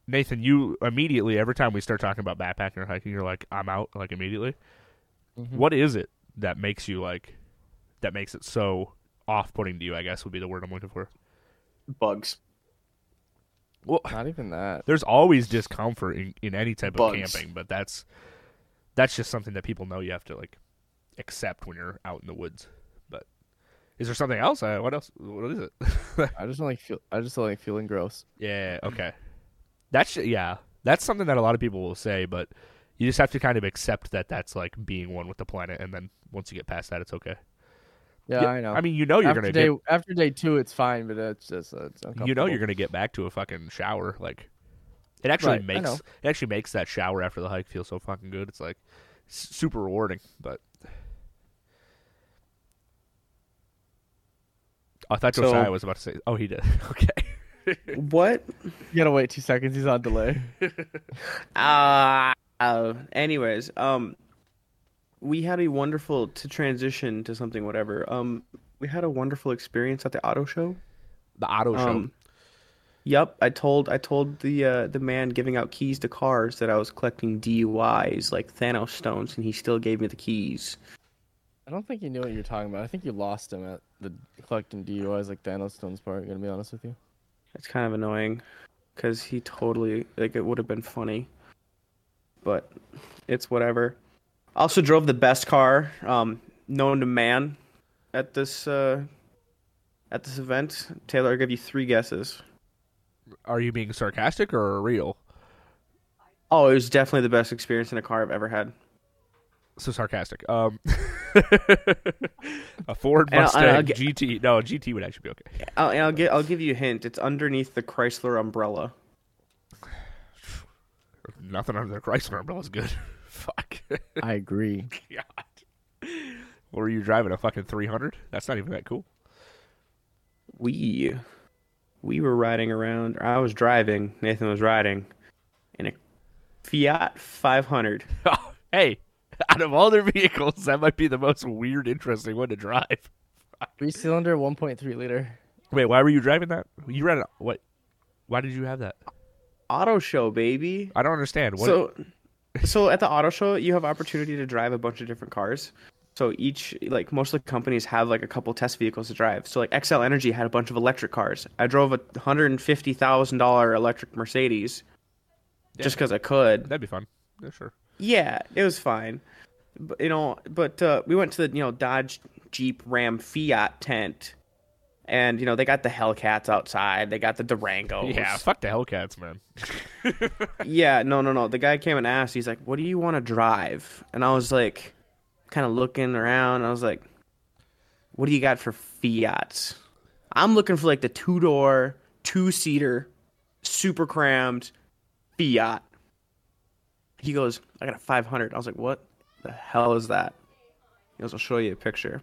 Speaker 1: Nathan, you immediately every time we start talking about backpacking or hiking, you're like, I'm out, like immediately. What is it that makes you like that makes it so off putting to you, I guess would be the word I'm looking for.
Speaker 2: Bugs.
Speaker 1: Well
Speaker 3: Not even that.
Speaker 1: there's always discomfort in, in any type of
Speaker 2: Bugs.
Speaker 1: camping, but that's that's just something that people know you have to like accept when you're out in the woods. But is there something else? Uh, what else? What is it?
Speaker 3: I just don't like feel. I just don't like feeling gross.
Speaker 1: Yeah. Okay. That's yeah. That's something that a lot of people will say, but you just have to kind of accept that that's like being one with the planet, and then once you get past that, it's okay.
Speaker 3: Yeah, I know.
Speaker 1: I mean, you know you're
Speaker 3: after
Speaker 1: gonna
Speaker 3: day after day two, it's fine, but it's just uh, it's
Speaker 1: get, you know you're
Speaker 3: uncomfortable.
Speaker 1: gonna get back to a fucking shower. Like it actually
Speaker 3: Right, I
Speaker 1: makes
Speaker 3: know.
Speaker 1: it actually makes that shower after the hike feel so fucking good. It's like s- super rewarding. But I thought
Speaker 2: So-
Speaker 1: Josiah was about to say. Oh, he did. Okay.
Speaker 2: What?
Speaker 3: You gotta wait two seconds. He's on delay.
Speaker 2: Ah. Uh, anyways, um, we had a wonderful to transition to something whatever. Um, we had a wonderful experience at the auto show.
Speaker 1: The auto show.
Speaker 2: Um, yep, I told I told the uh, the man giving out keys to cars that I was collecting DUIs like Thanos stones, and he still gave me the keys.
Speaker 3: I don't think you knew what you're talking about. I think you lost him at the collecting DUIs like Thanos Stone's part. Gonna be honest with you.
Speaker 2: It's kind of annoying because he totally like it would have been funny, but it's whatever. I also drove the best car um, known to man at this uh, at this event. Taylor, I'll give you three guesses.
Speaker 1: Are you being sarcastic or real?
Speaker 2: Oh, it was definitely the best experience in a car I've ever had.
Speaker 1: so sarcastic. Um, a Ford
Speaker 2: And I'll-
Speaker 1: Mustang
Speaker 2: and I'll get-
Speaker 1: GT. No, GT would actually be okay.
Speaker 2: I'll, and I'll get I'll give you a hint. It's underneath the Chrysler umbrella.
Speaker 1: Nothing under the Chrysler umbrella is good. Fuck.
Speaker 3: I agree.
Speaker 1: God. Were you driving a fucking 300? That's not even that cool.
Speaker 2: We we were riding around. Or I was driving. Nathan was riding in a Fiat 500.
Speaker 1: hey, out of all their vehicles, that might be the most weird, interesting one to drive.
Speaker 3: Three cylinder, 1.3 liter.
Speaker 1: Wait, why were you driving that? You ran a, what? Why did you have that?
Speaker 2: Auto show, baby.
Speaker 1: I don't understand. What?
Speaker 2: So so at the auto show, you have opportunity to drive a bunch of different cars. So each like most of the companies have like a couple test vehicles to drive. So like XL Energy had a bunch of electric cars. I drove a hundred and fifty thousand dollar electric Mercedes, just because I could.
Speaker 1: That'd be fun. Yeah, sure.
Speaker 2: Yeah, it was fine. But, you know, but uh, we went to the you know Dodge Jeep Ram Fiat tent, and you know they got the Hellcats outside. They got the Durangos.
Speaker 1: Yeah, fuck the Hellcats, man.
Speaker 2: Yeah. No, no, no. The guy came and asked. He's like, "What do you want to drive?" And I was like, kind of looking around. I was like, "What do you got for Fiats?" I'm looking for like the two door, two seater, super crammed Fiat. He goes, I got a 500. I was like, what the hell is that? He goes, I'll show you a picture.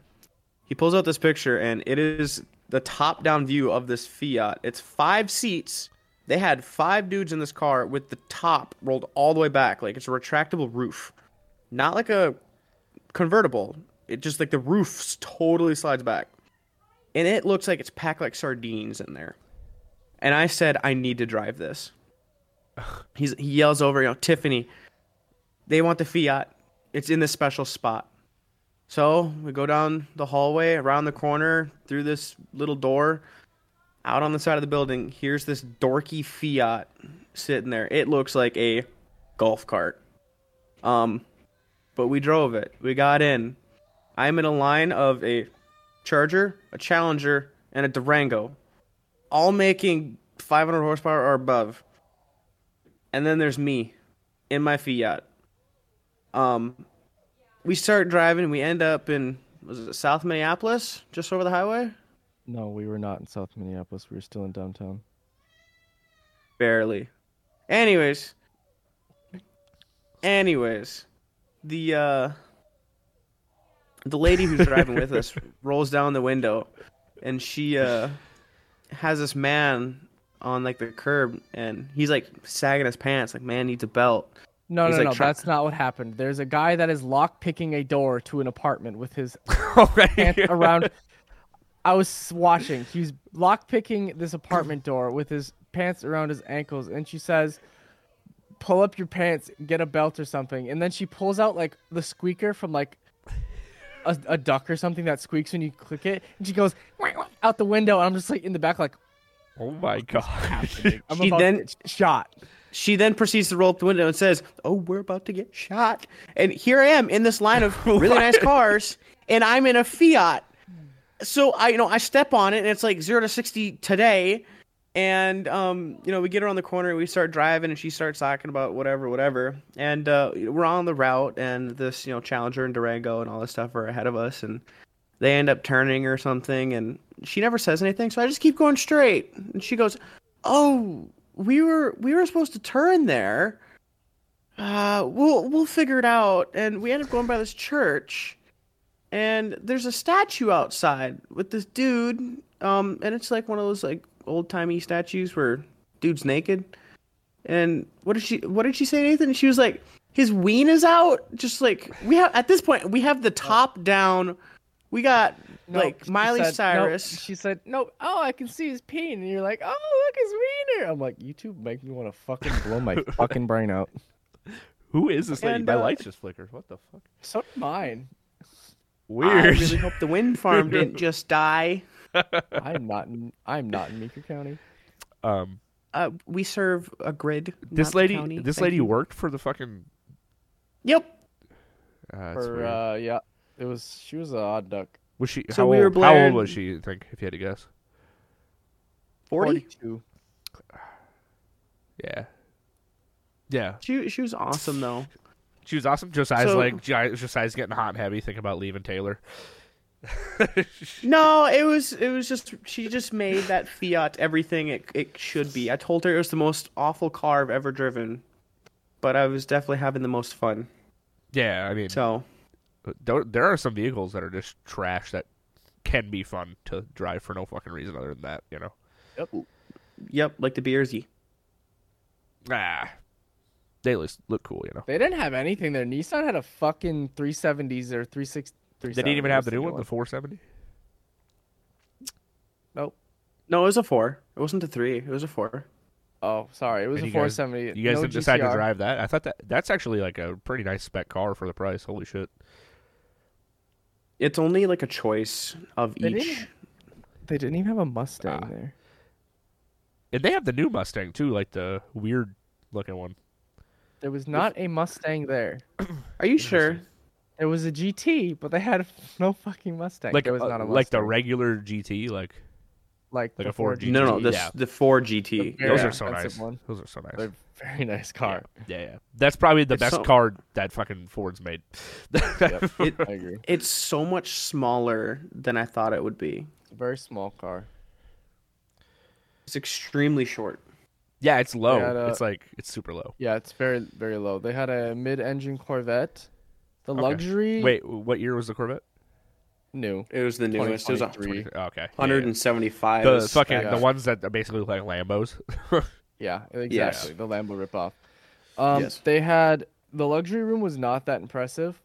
Speaker 2: He pulls out this picture, and it is the top down view of this Fiat. It's five seats. They had five dudes in this car with the top rolled all the way back. Like it's a retractable roof, not like a convertible. It just like the roof s- totally slides back. And it looks like it's packed like sardines in there. And I said, I need to drive this. He's, he yells over, you know, Tiffany, they want the Fiat. It's in this special spot. So we go down the hallway, around the corner, through this little door, out on the side of the building. Here's this dorky Fiat sitting there. It looks like a golf cart. Um, but we drove it. We got in. I'm in a line of a Charger, a Challenger, and a Durango, all making 500 horsepower or above. And then there's me in my Fiat. Um, we start driving. We end up in was it South Minneapolis, just over the highway?
Speaker 3: No, we were not in South Minneapolis. We were still in downtown.
Speaker 2: Barely. Anyways. Anyways, the uh the lady who's driving with us rolls down the window and she uh has this man on like the curb and he's like sagging his pants like man needs a belt.
Speaker 3: No,
Speaker 2: He's
Speaker 3: no,
Speaker 2: like
Speaker 3: no.
Speaker 2: try-
Speaker 3: That's not what happened. There's a guy that is lock picking a door to an apartment with his
Speaker 1: Alright.
Speaker 3: pants around. I was watching. He was lock picking this apartment door with his pants around his ankles, and she says, pull up your pants, get a belt or something. And then she pulls out like the squeaker from like a, a duck or something that squeaks when you click it. And she goes "Wah, wah," out the window. And I'm just like in the back, like,
Speaker 1: Oh my god.
Speaker 3: I'm
Speaker 2: She
Speaker 3: about
Speaker 2: then-
Speaker 3: to get shot.
Speaker 2: She then proceeds to roll up the window and says, "Oh, we're about to get shot." And here I am in this line of really nice cars, and I'm in a Fiat. So I, you know, I step on it, and it's like zero to sixty today. And um, you know, we get around the corner, we start driving, and she starts talking about whatever, whatever. And uh, we're on the route, and this, you know, Challenger and Durango and all this stuff are ahead of us, and they end up turning or something, and she never says anything. So I just keep going straight, and she goes, "Oh, we were we were supposed to turn there. Uh, we'll we'll figure it out." And we end up going by this church, and there's a statue outside with this dude. Um, and it's like one of those like old timey statues where dude's naked. And what did she what did she say, Nathan? She was like, "His ween is out." Just like we have at this point, we have the top down. We got
Speaker 3: No,
Speaker 2: like
Speaker 3: she
Speaker 2: Miley
Speaker 3: said- no,
Speaker 2: Cyrus.
Speaker 3: she said, "No, oh, I can see his peen," and you're like, "Oh, look, his wiener." I'm like, "You two make me want to fucking blow my fucking brain out."
Speaker 1: Who is this lady?
Speaker 2: And,
Speaker 1: My
Speaker 2: uh,
Speaker 1: lights just flickered. What the fuck?
Speaker 3: So did mine.
Speaker 1: Weird.
Speaker 2: I really hope the wind farm didn't just die.
Speaker 3: I'm not in. I'm not in Meeker County.
Speaker 1: um,
Speaker 2: Uh, we serve a grid.
Speaker 1: this
Speaker 2: not the
Speaker 1: lady,
Speaker 2: county.
Speaker 1: this
Speaker 2: Thank
Speaker 1: lady
Speaker 2: you.
Speaker 1: worked for the fucking.
Speaker 2: Yep.
Speaker 1: Uh, that's
Speaker 3: Or
Speaker 1: weird.
Speaker 3: uh, yeah, it was. She was an odd duck.
Speaker 1: was she?
Speaker 2: so
Speaker 1: how,
Speaker 2: we were
Speaker 1: old, how old
Speaker 2: blaring-
Speaker 1: was she? You think, if you had to guess?
Speaker 2: 40.
Speaker 3: Forty-two.
Speaker 1: Yeah. Yeah,
Speaker 2: She she was awesome though.
Speaker 1: she was awesome. Josiah's
Speaker 2: So-
Speaker 1: like Gi- Josiah's getting hot and heavy, thinking about leaving Taylor.
Speaker 2: No, it was it was just she just made that Fiat everything it it should be. I told her it was the most awful car I've ever driven, but I was definitely having the most fun.
Speaker 1: Yeah, I mean,
Speaker 2: So
Speaker 1: there there are some vehicles that are just trash that can be fun to drive for no fucking reason other than that, you know.
Speaker 2: yep, like the Beersy.
Speaker 1: Ah, they at least look cool, you know.
Speaker 3: They didn't have anything there. Nissan had a fucking 370s or 36.
Speaker 1: They didn't even have the new one, the 470.
Speaker 3: Nope.
Speaker 2: No, it was a four. It wasn't a three. It was a four.
Speaker 3: Oh, sorry. It was
Speaker 1: And
Speaker 3: a
Speaker 1: you guys-
Speaker 3: 470.
Speaker 1: You guys
Speaker 3: no
Speaker 1: didn't decide to
Speaker 3: GTR.
Speaker 1: drive that. I thought that that's actually like a pretty nice spec car for the price. Holy shit!
Speaker 2: It's only like a choice of
Speaker 3: They didn't-
Speaker 2: each.
Speaker 3: They didn't even have a Mustang
Speaker 1: Ah.
Speaker 3: there.
Speaker 1: And they have the new Mustang too, like the weird looking one.
Speaker 3: There was not a Mustang there.
Speaker 2: Are you sure?
Speaker 3: It was a GT, but they had no fucking Mustang.
Speaker 1: Like
Speaker 3: there was
Speaker 1: uh,
Speaker 3: not a Mustang.
Speaker 1: like the regular GT. Like
Speaker 3: like,
Speaker 1: like
Speaker 3: the
Speaker 1: a Ford GT.
Speaker 2: No, no, this
Speaker 1: E, Yeah.
Speaker 2: the four E. GT.
Speaker 3: The
Speaker 1: those
Speaker 3: Yeah,
Speaker 1: are so
Speaker 3: that's
Speaker 1: nice.
Speaker 3: the one.
Speaker 1: Those are so nice.
Speaker 3: They're very nice car.
Speaker 1: yeah, yeah, that's probably the
Speaker 2: It's
Speaker 1: best
Speaker 2: so-
Speaker 1: car that fucking Ford's made.
Speaker 3: Yep, I agree.
Speaker 2: It's so much smaller than I thought it would be.
Speaker 3: It's a very small car.
Speaker 2: It's extremely short.
Speaker 1: yeah, it's low.
Speaker 3: had a-
Speaker 1: it's like it's super low.
Speaker 3: Yeah, it's very very low. They had a mid-engine Corvette. The
Speaker 1: Okay.
Speaker 3: luxury
Speaker 1: Wait, what year was the Corvette?
Speaker 3: new.
Speaker 2: It was the newest. It was a
Speaker 3: 2023.
Speaker 1: Oh, okay,
Speaker 2: hundred
Speaker 1: Yeah, yeah.
Speaker 2: and seventy-five.
Speaker 1: The fucking
Speaker 3: spec.
Speaker 1: the ones that are basically look like Lambos.
Speaker 3: Yeah,
Speaker 2: Yes.
Speaker 3: exactly. The Lambo ripoff. Um,
Speaker 2: Yes.
Speaker 3: They had the luxury room was not that impressive.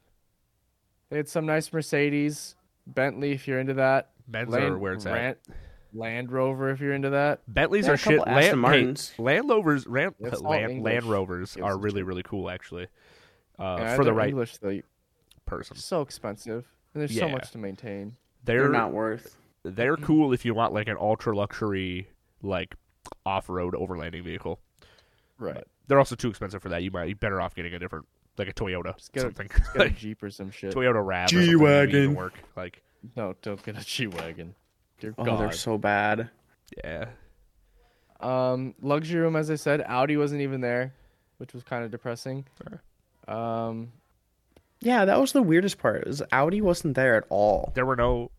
Speaker 3: They had some nice Mercedes, Bentley if you're into that.
Speaker 1: Benz are where it's at.
Speaker 3: Ran- Land Rover if you're into that.
Speaker 1: Bentleys
Speaker 2: Yeah,
Speaker 1: are
Speaker 2: a couple
Speaker 1: shit.
Speaker 2: Aston
Speaker 1: Land,
Speaker 2: Martins.
Speaker 1: Hey, Land Rovers, Ran,
Speaker 3: It's all
Speaker 1: Land, Land
Speaker 3: English.
Speaker 1: Rovers
Speaker 3: Gives
Speaker 1: are
Speaker 3: a
Speaker 1: really really cool actually. Uh,
Speaker 3: And
Speaker 1: for the
Speaker 3: they're
Speaker 1: right
Speaker 3: English, they
Speaker 1: person,
Speaker 3: so expensive, and there's so
Speaker 1: Yeah.
Speaker 3: much to maintain.
Speaker 1: they're
Speaker 2: They're
Speaker 1: they're,
Speaker 2: not worth.
Speaker 1: cool if you want like an ultra luxury like off road overlanding vehicle.
Speaker 3: Right.
Speaker 1: They're also too expensive for that. You might you better off getting a different like a Toyota
Speaker 3: Just get a-
Speaker 1: something
Speaker 3: Get a
Speaker 1: like
Speaker 3: Jeep or some shit.
Speaker 1: Toyota Rav or something would even
Speaker 2: G-Wagon.
Speaker 1: work like
Speaker 3: No, don't get a G wagon. Dear
Speaker 2: Oh,
Speaker 3: God.
Speaker 2: they're so bad.
Speaker 1: yeah
Speaker 3: Um, luxury room, as I said, Audi wasn't even there, which was kind of depressing. Um,
Speaker 2: Yeah, that was the weirdest part. Is Audi wasn't there at all.
Speaker 1: there were no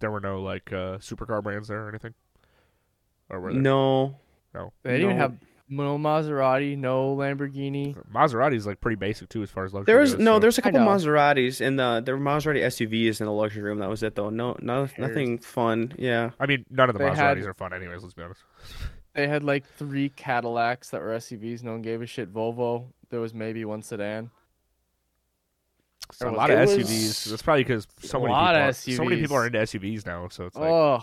Speaker 1: there were no like uh, supercar brands there or anything or were there?
Speaker 2: No,
Speaker 3: they didn't even
Speaker 2: No.
Speaker 3: have no Maserati, no Lamborghini.
Speaker 1: Maserati's like pretty basic too as far as luxury
Speaker 2: there was
Speaker 1: goes,
Speaker 2: no.
Speaker 1: so-
Speaker 2: There's a
Speaker 3: I
Speaker 2: couple
Speaker 3: know.
Speaker 2: Maseratis and the there were Maserati SUVs in the luxury room. That was it though. No, no nothing fun. Yeah.
Speaker 1: I mean, none of the
Speaker 3: They
Speaker 1: Maseratis
Speaker 3: had-
Speaker 1: are fun, anyways. Let's be honest.
Speaker 3: They had like three Cadillacs that were SUVs. No one gave a shit. Volvo. There was maybe one sedan.
Speaker 1: A
Speaker 3: There was-
Speaker 1: lot of
Speaker 2: it
Speaker 1: SUVs.
Speaker 2: was-
Speaker 1: That's probably because so
Speaker 3: A
Speaker 1: many
Speaker 3: lot
Speaker 1: people.
Speaker 3: of
Speaker 1: Are, so many people
Speaker 3: SUVs.
Speaker 1: are into SUVs now. So it's like
Speaker 3: oh,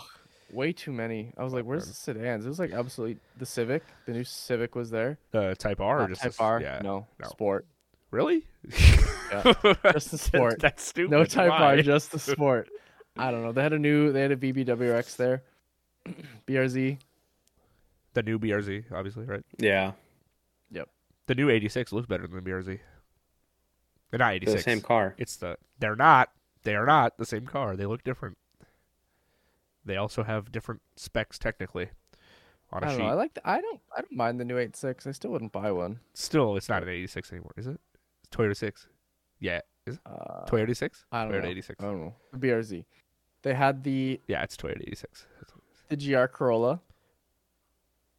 Speaker 3: way too many. I was like, where's the sedans? It was like absolutely the Civic. The new Civic was there.
Speaker 1: Uh, type R or
Speaker 3: Oh, Not
Speaker 1: just
Speaker 3: Type
Speaker 1: a-
Speaker 3: R.
Speaker 1: Yeah.
Speaker 3: no,
Speaker 1: no.
Speaker 3: sport.
Speaker 1: Really?
Speaker 3: Yeah, just the sport.
Speaker 1: That's stupid.
Speaker 3: No Type
Speaker 1: Why?
Speaker 3: R, just the sport. I don't know. They had a new. They had a VBWX there. BRZ.
Speaker 1: The new BRZ, obviously, right?
Speaker 2: Yeah,
Speaker 1: The new 86 looks better than the BRZ. They're not
Speaker 2: they're
Speaker 1: 86.
Speaker 2: the same car.
Speaker 1: It's the they're not they are not the same car. They look different. They also have different specs technically on
Speaker 3: I
Speaker 1: a
Speaker 3: don't
Speaker 1: sheet.
Speaker 3: know. I like. The, I don't. I don't mind the new 86. I still wouldn't buy one.
Speaker 1: Still, it's not an 86 anymore, is it? It's Toyota 6. Yeah, is it
Speaker 3: Uh,
Speaker 1: Toyota 86?
Speaker 3: I don't
Speaker 1: Toyota
Speaker 3: know.
Speaker 1: 86.
Speaker 3: I don't know. The BRZ. They had the
Speaker 1: Yeah, it's Toyota 86. That's what it is.
Speaker 3: the GR Corolla.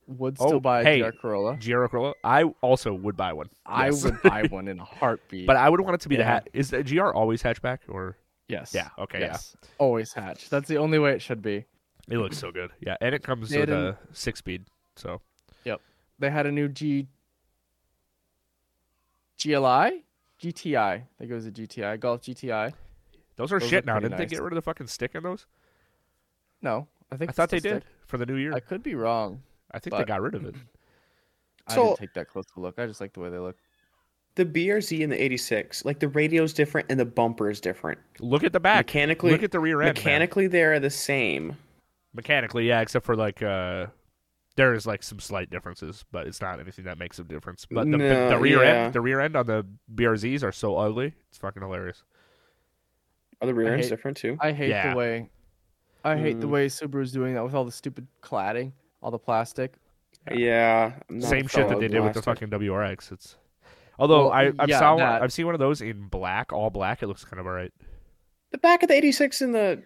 Speaker 3: Would still
Speaker 1: Oh,
Speaker 3: buy a
Speaker 1: hey,
Speaker 3: GR Corolla.
Speaker 1: Giro Corolla. I also would buy one.
Speaker 3: I
Speaker 1: Yes.
Speaker 3: would buy one in a heartbeat.
Speaker 1: but I would want it to be the
Speaker 3: Yeah.
Speaker 1: hat. Is the GR always hatchback or?
Speaker 3: yes,
Speaker 1: Yeah. Okay.
Speaker 3: yes, always hatch. That's the only way it should be.
Speaker 1: Yeah. It looks so good. Yeah, and it comes
Speaker 3: They
Speaker 1: with
Speaker 3: didn't-
Speaker 1: a six speed. So
Speaker 3: They had a new G. GLI, GTI. I think it was a GTI Golf GTI.
Speaker 1: those are
Speaker 3: Those
Speaker 1: shit
Speaker 3: look
Speaker 1: now.
Speaker 3: pretty
Speaker 1: Didn't they
Speaker 3: nice.
Speaker 1: get rid of the fucking stick on those?
Speaker 3: No, I
Speaker 1: I
Speaker 3: think it's
Speaker 1: thought they
Speaker 3: the
Speaker 1: did
Speaker 3: stick.
Speaker 1: for the new year.
Speaker 3: I could be wrong.
Speaker 1: I think they
Speaker 3: But-
Speaker 1: got rid of it.
Speaker 3: I
Speaker 2: So-
Speaker 3: didn't take that close of a look. I just like the way they look.
Speaker 2: The BRZ and the '86, like the radio's different and the bumper is different.
Speaker 1: Look at the back.
Speaker 2: Mechanically-
Speaker 1: look at the rear end. man.
Speaker 2: Mechanically, they are the same.
Speaker 1: mechanically, yeah, except for like uh, there is like some slight differences, but it's not anything that makes a difference. But the,
Speaker 2: No,
Speaker 1: the rear
Speaker 2: yeah.
Speaker 1: end, the rear end on the BRZs are so ugly. It's fucking hilarious.
Speaker 2: Are the rear
Speaker 3: I
Speaker 2: ends
Speaker 3: hate-
Speaker 2: different too?
Speaker 3: I hate
Speaker 1: Yeah.
Speaker 3: the way. I hate the
Speaker 2: Mm.
Speaker 3: way Subaru's doing that with all the stupid cladding, all the plastic.
Speaker 2: Yeah. I'm not
Speaker 1: Same shit
Speaker 2: a
Speaker 1: that they
Speaker 2: solid
Speaker 1: did with the
Speaker 2: blaster.
Speaker 1: fucking WRX. It's although
Speaker 3: Well,
Speaker 1: I I've
Speaker 3: yeah,
Speaker 1: saw
Speaker 3: that.
Speaker 1: I've seen one of those in black, all black. It looks kind of alright.
Speaker 2: The back of the '86 and the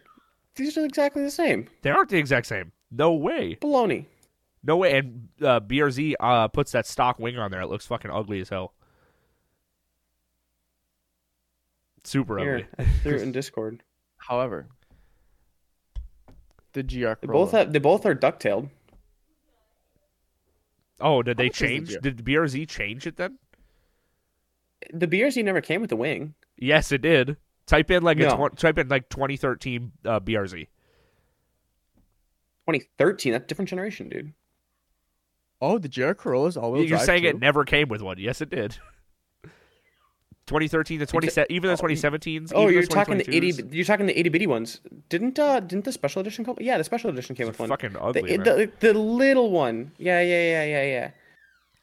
Speaker 2: these are exactly the same.
Speaker 1: They aren't the exact same. No way.
Speaker 2: Baloney.
Speaker 1: No way. And uh, BRZ uh, puts that stock wing on there. It looks fucking ugly as hell. Super ugly.
Speaker 2: Here, I threw it in Discord.
Speaker 3: However, the GR
Speaker 2: They
Speaker 3: Corolla.
Speaker 2: both have. They both are ducktailed.
Speaker 1: Oh, did they
Speaker 3: much is the
Speaker 1: change?
Speaker 3: gear?
Speaker 1: Did BRZ change it then?
Speaker 2: The BRZ never came with the wing.
Speaker 1: Yes, it did. Type in like a
Speaker 2: No.
Speaker 1: tw- type in like 2013 uh, BRZ.
Speaker 2: 2013. That's a different generation, dude.
Speaker 3: oh, the GR Corolla's all wheel
Speaker 1: You're
Speaker 3: drive
Speaker 1: saying
Speaker 3: too?
Speaker 1: it never came with one. Yes, it did. 2013 to 20 even the 2017s.
Speaker 2: Oh,
Speaker 1: even
Speaker 2: you're
Speaker 1: the
Speaker 2: talking the
Speaker 1: 2022s,
Speaker 2: itty. You're talking the itty bitty ones. Didn't uh? Didn't the special edition come? Yeah, the special edition came with one.
Speaker 1: Fucking
Speaker 2: The,
Speaker 1: ugly. man.
Speaker 2: the, the little one. Yeah, yeah, yeah, yeah, yeah.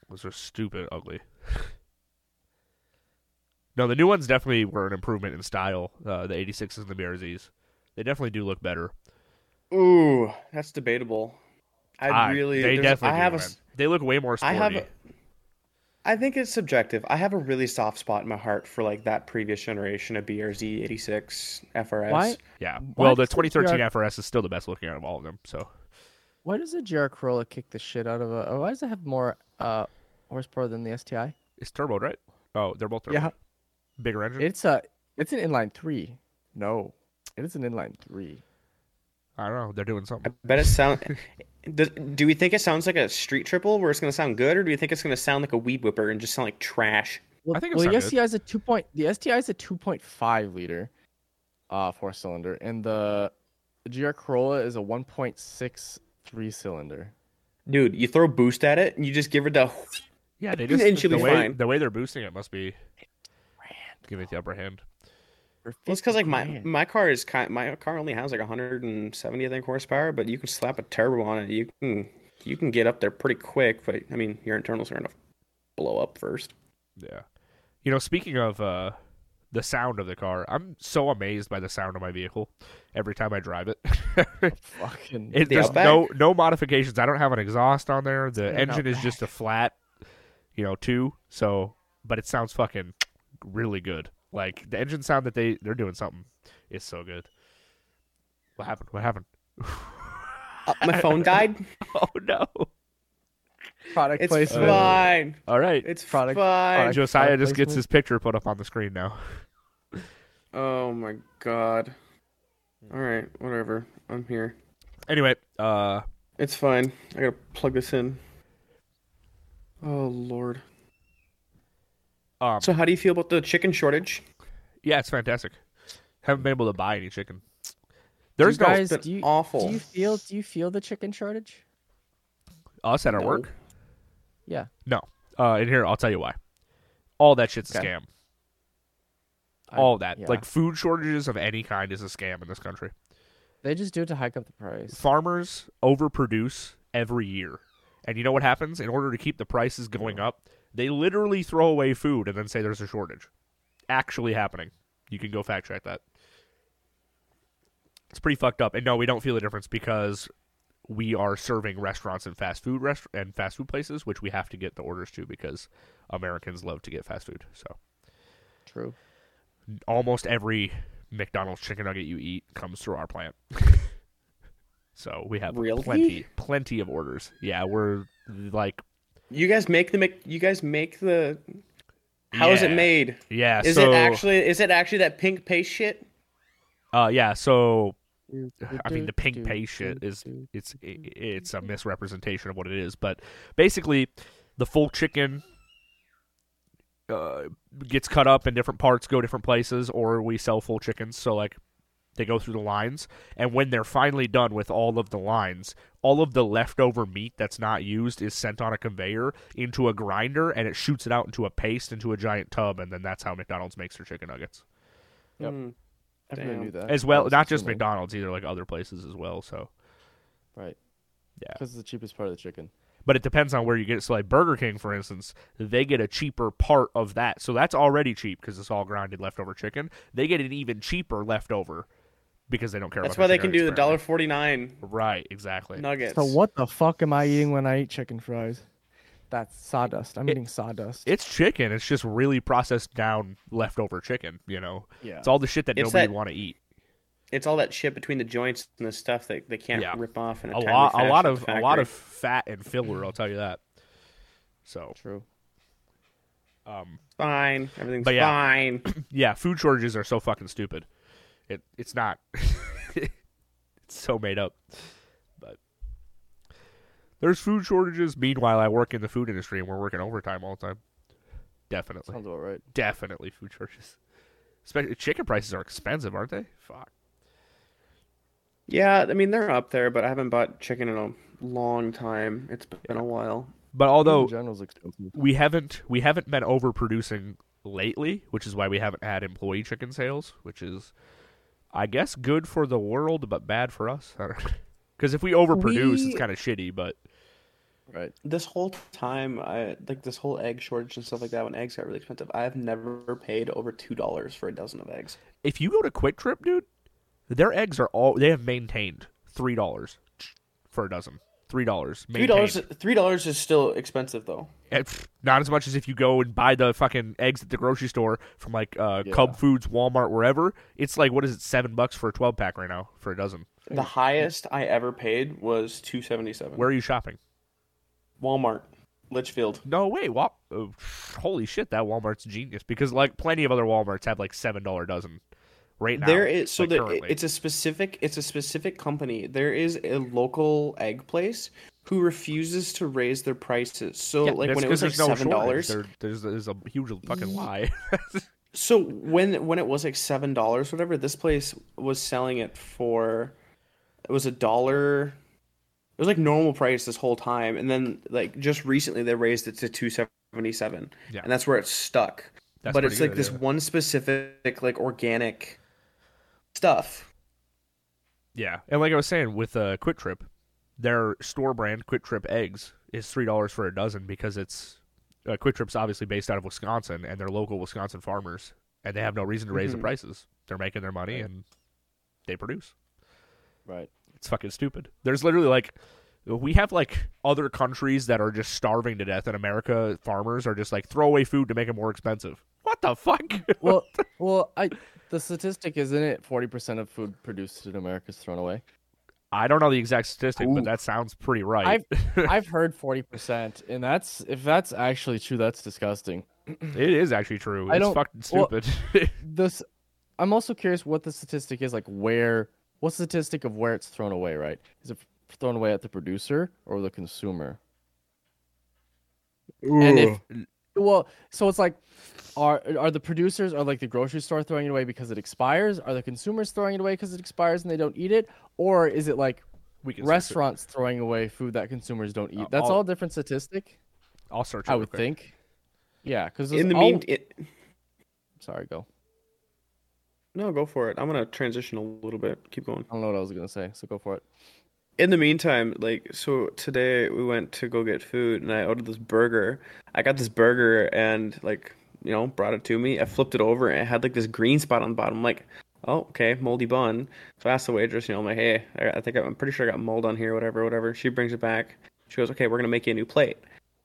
Speaker 1: Those are stupid ugly. no, the new ones definitely were an improvement in style. Uh, the 86s and the BRZs. They definitely do look better.
Speaker 2: Ooh, that's debatable. I, really.
Speaker 1: They
Speaker 2: there's-
Speaker 1: definitely
Speaker 2: I have
Speaker 1: do,
Speaker 2: a.
Speaker 1: man.
Speaker 2: s-
Speaker 1: They look way more
Speaker 2: I
Speaker 1: sporty.
Speaker 2: have. a- I think it's subjective. I have a really soft spot in my heart for like that previous generation of BRZ 86 FRS.
Speaker 3: Why?
Speaker 1: Yeah.
Speaker 3: Why
Speaker 1: Well, the
Speaker 3: does the
Speaker 1: 2013
Speaker 3: GR
Speaker 1: FRS is still the best looking out of all of them. So
Speaker 3: Why does the GR Corolla kick the shit out of a? oh, Why does it have more uh horsepower than the STI?
Speaker 1: it's turboed, right? Oh, they're both turbo. Bigger engine.
Speaker 3: it's a it's an inline three. No, it is an inline three.
Speaker 1: I don't know. They're doing
Speaker 2: I
Speaker 1: something.
Speaker 2: bet it sound. Do, do we think it sounds like a street triple where it's going to sound good, or do we think it's going to sound like a weed whipper and just sound like trash?
Speaker 3: Well,
Speaker 1: I think it
Speaker 3: well,
Speaker 1: sounded
Speaker 3: the
Speaker 1: good.
Speaker 3: STI is a two point. The STI is a two point five liter, uh, four cylinder, and the GR Corolla is a one point six three cylinder.
Speaker 2: Dude, you throw boost at it and you just give it the.
Speaker 1: Yeah, they
Speaker 2: An
Speaker 1: just
Speaker 2: inch
Speaker 1: the
Speaker 2: will be
Speaker 1: way
Speaker 2: fine.
Speaker 1: the way they're boosting it must be giving it the upper hand.
Speaker 3: Well,
Speaker 2: Well, it's because like my my car is kind. My car only has like 170 I think horsepower, but you can slap a turbo on it. You can you can get up there pretty quick, but I mean your internals are going to blow up first.
Speaker 1: Yeah. You know, speaking of uh, the sound of the car, I'm so amazed by the sound of my vehicle every time I drive it.
Speaker 3: fucking
Speaker 1: it
Speaker 2: The
Speaker 1: there's
Speaker 2: Outback?
Speaker 1: no no modifications. I don't have an exhaust on there. The
Speaker 3: an
Speaker 1: engine is just a flat, you know, two. So, but it sounds fucking really good. Like the engine sound that they they're doing something is so good. What happened? What happened?
Speaker 2: Uh, my phone died.
Speaker 1: Oh no!
Speaker 3: product
Speaker 2: It's
Speaker 3: placement.
Speaker 2: fine.
Speaker 1: All right,
Speaker 2: It's
Speaker 3: Product-
Speaker 2: fine.
Speaker 3: product-
Speaker 1: Josiah just gets
Speaker 3: placement.
Speaker 1: his picture put up on the screen now.
Speaker 2: Oh my god. All right, whatever. I'm here.
Speaker 1: Anyway, uh,
Speaker 2: It's fine. I gotta plug this in. Oh lord.
Speaker 1: um,
Speaker 2: So how do you feel about the chicken shortage?
Speaker 1: yeah, it's fantastic. Haven't been able to buy any chicken. There's
Speaker 3: do
Speaker 1: no
Speaker 3: you guys,
Speaker 2: been
Speaker 3: do you,
Speaker 2: awful.
Speaker 3: Do you feel? Do you feel the chicken shortage?
Speaker 1: us at our
Speaker 2: No.
Speaker 1: work.
Speaker 3: Yeah.
Speaker 1: No. Uh, and here I'll tell you why. All that shit's
Speaker 3: Okay.
Speaker 1: a scam.
Speaker 3: I-
Speaker 1: All that,
Speaker 3: yeah.
Speaker 1: like food shortages of any kind, is a scam in this country.
Speaker 3: They just do it to hike up the price.
Speaker 1: farmers overproduce every year. And you know what happens? In order to keep the prices going up, they literally throw away food and then say there's a shortage. Actually happening. You can go fact check that. It's pretty fucked up. And no, we don't feel the difference because we are serving restaurants and fast food rest- and fast food places, which we have to get the orders to because Americans love to get fast food. So
Speaker 3: True.
Speaker 1: almost every McDonald's chicken nugget you eat comes through our plant. so we have
Speaker 2: Really?
Speaker 1: plenty, plenty of orders. Yeah, we're like,
Speaker 2: You guys make the make. You guys make the. How is
Speaker 1: Yeah.
Speaker 2: it made?
Speaker 1: yeah.
Speaker 2: Is
Speaker 1: so,
Speaker 2: it actually? Is it actually that pink paste shit?
Speaker 1: Uh, yeah. So I mean, the pink pay shit is it's i- it's a misrepresentation of what it is, but basically, the full chicken uh, gets cut up and different parts go different places, or we sell full chickens. So like, they go through the lines, and when they're finally done with all of the lines, all of the leftover meat that's not used is sent on a conveyor into a grinder, and it shoots it out into a paste into a giant tub, and then that's how McDonald's makes their chicken nuggets
Speaker 3: Yep.
Speaker 2: Hmm.
Speaker 3: I never
Speaker 2: Damn.
Speaker 3: knew that.
Speaker 1: as well.
Speaker 3: That was
Speaker 1: Not just
Speaker 3: assuming.
Speaker 1: McDonald's either, like other places as well. So.
Speaker 3: Right.
Speaker 1: Yeah.
Speaker 3: Because it's the cheapest part of the chicken.
Speaker 1: but it depends on where you get it. So, like Burger King, for instance, they get a cheaper part of that. So that's already cheap because it's all grounded leftover chicken. They get an even cheaper leftover because they don't care.
Speaker 2: That's
Speaker 1: about
Speaker 2: why
Speaker 1: their
Speaker 2: they can
Speaker 1: chicken
Speaker 2: do the
Speaker 1: nuggets,
Speaker 2: dollar forty nine
Speaker 1: apparently. Right, exactly.
Speaker 2: nuggets.
Speaker 3: So what the fuck am I eating when I eat chicken fries? That's sawdust. I'm
Speaker 1: It-
Speaker 3: eating sawdust.
Speaker 1: It's chicken. It's just really processed down leftover chicken. You know,
Speaker 3: yeah.
Speaker 1: it's all the shit that
Speaker 2: It's
Speaker 1: nobody
Speaker 2: that-
Speaker 1: want to eat.
Speaker 2: It's all that shit between the joints and the stuff that they can't
Speaker 1: Yeah.
Speaker 2: rip off in a,
Speaker 1: A
Speaker 2: timely
Speaker 1: lot, a
Speaker 2: fashion
Speaker 1: lot
Speaker 2: at
Speaker 1: of,
Speaker 2: the
Speaker 1: a lot
Speaker 2: factory.
Speaker 1: of fat and filler. I'll tell you that. So,
Speaker 3: true.
Speaker 1: um,
Speaker 2: fine. Everything's
Speaker 1: But yeah.
Speaker 2: fine.
Speaker 1: yeah, food shortages are so fucking stupid. It it's not. it's so made up. But there's food shortages. Meanwhile, I work in the food industry and we're working overtime all the time. Definitely,
Speaker 3: Sounds about right.
Speaker 1: definitely food shortages. Especially chicken prices are expensive, aren't they? Fuck.
Speaker 2: Yeah, I mean they're up there, but I haven't bought chicken in a long time. It's been a while.
Speaker 1: But although
Speaker 3: Chicken in general's expensive.
Speaker 1: we haven't we haven't been overproducing lately, which is why we haven't had employee chicken sales, which is I guess good for the world but bad for us. Because if we overproduce,
Speaker 2: We-
Speaker 1: it's kind of shitty. But
Speaker 3: Right.
Speaker 2: This whole time, I like this whole egg shortage and stuff like that. When eggs got really expensive, I've never paid over two dollars for a dozen of eggs.
Speaker 1: if you go to Quick Trip, dude, their eggs are all they have maintained three dollars for a dozen. Three dollars.
Speaker 2: Three dollars, three dollars is still expensive though.
Speaker 1: Eh, pff, not as much as if you go and buy the fucking eggs at the grocery store from like uh,
Speaker 3: Yeah.
Speaker 1: Cub Foods, Walmart, wherever. It's like what is it, seven bucks for a twelve pack right now for a dozen.
Speaker 2: The highest I ever paid was two seventy seven.
Speaker 1: Where are you shopping?
Speaker 2: Walmart, Litchfield.
Speaker 1: No way, Wal- uh, holy shit, that Walmart's genius because like plenty of other WalMarts have like seven dollar dozen right now.
Speaker 2: There is so
Speaker 1: like,
Speaker 2: there,
Speaker 1: currently.
Speaker 2: it's a specific it's a specific company. There is a local egg place who refuses to raise their prices. So
Speaker 1: Yeah,
Speaker 2: like
Speaker 1: that's
Speaker 2: when it
Speaker 1: 'cause
Speaker 2: was
Speaker 1: there's
Speaker 2: like
Speaker 1: no
Speaker 2: seven
Speaker 1: shortage.
Speaker 2: dollars.
Speaker 1: There- There's there's a huge fucking lie.
Speaker 2: So when when it was like seven dollars, whatever, this place was selling it for it was a dollar. It was like normal price this whole time, and then like just recently they raised it to two seventy seven,
Speaker 1: Yeah.
Speaker 2: and that's where it's stuck.
Speaker 1: That's
Speaker 2: but
Speaker 1: pretty
Speaker 2: it's like
Speaker 1: good,
Speaker 2: this
Speaker 1: yeah.
Speaker 2: one specific like organic stuff.
Speaker 1: Yeah, and like I was saying with uh, Quit Trip, their store brand Quit Trip eggs is three dollars for a dozen because it's uh, Quit Trip's obviously based out of Wisconsin and they're local Wisconsin farmers and they have no reason to raise the
Speaker 2: Mhm.
Speaker 1: prices. They're making their money
Speaker 3: Right.
Speaker 1: and they produce.
Speaker 3: Right.
Speaker 1: It's fucking stupid. There's literally like we have like other countries that are just starving to death in America farmers are just like throw away food to make it more expensive. What the fuck?
Speaker 3: Well, well, I the statistic isn't it forty percent of food produced in America is thrown away.
Speaker 1: I don't know the exact statistic,
Speaker 3: Ooh.
Speaker 1: but that sounds pretty right.
Speaker 3: I've I've heard forty percent, and that's if that's actually true, that's disgusting.
Speaker 1: It is actually true.
Speaker 3: I
Speaker 1: it's
Speaker 3: don't-
Speaker 1: fucking
Speaker 3: well-
Speaker 1: stupid.
Speaker 3: This, I'm also curious what the statistic is like. Where what's the statistic of where it's thrown away? Right? Is it thrown away at the producer or the consumer? And if Well, so it's like, are are the producers are like the grocery store throwing it away because it expires? Are the consumers throwing it away because it expires and they don't eat it? Or is it like
Speaker 1: We can search it.
Speaker 3: restaurants throwing away food that consumers don't
Speaker 2: Uh,
Speaker 3: eat? That's
Speaker 1: all-
Speaker 3: all, different statistic,
Speaker 1: I'll search. it
Speaker 3: I
Speaker 1: real
Speaker 3: would
Speaker 1: quick.
Speaker 3: think. Yeah, because
Speaker 2: In the
Speaker 3: all...
Speaker 2: mean, it,
Speaker 3: sorry, go.
Speaker 2: no, go for it. I'm gonna transition a little bit. Keep going.
Speaker 3: I don't know what I was gonna say, so go for it.
Speaker 2: in the meantime, like, so today we went to go get food and I ordered this burger. I got this burger and, like, you know, brought it to me. I flipped it over and it had, like, this green spot on the bottom. I'm like, oh, okay, moldy bun. So I asked the waitress, you know, I'm like, hey, I I think I'm pretty sure I got mold on here, whatever, whatever. She brings it back. She goes, okay, we're going to make you a new plate.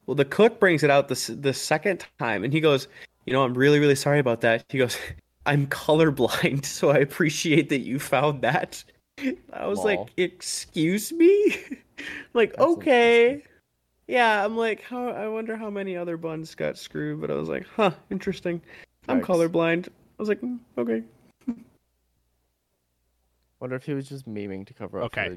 Speaker 2: Well, the cook brings it out the, s- the second time and he goes, you know, I'm really, really sorry about that. He goes, I'm colorblind, so I appreciate that you found that. I was
Speaker 3: Lol.
Speaker 2: like, excuse me? like,
Speaker 3: That's
Speaker 2: okay. Yeah, I'm like, how, I wonder how many other buns got screwed, but I was like, huh, interesting. I'm
Speaker 3: Yikes.
Speaker 2: colorblind. I was like, "Mm, okay.
Speaker 3: Wonder if he was just memeing to cover up. for
Speaker 1: Okay.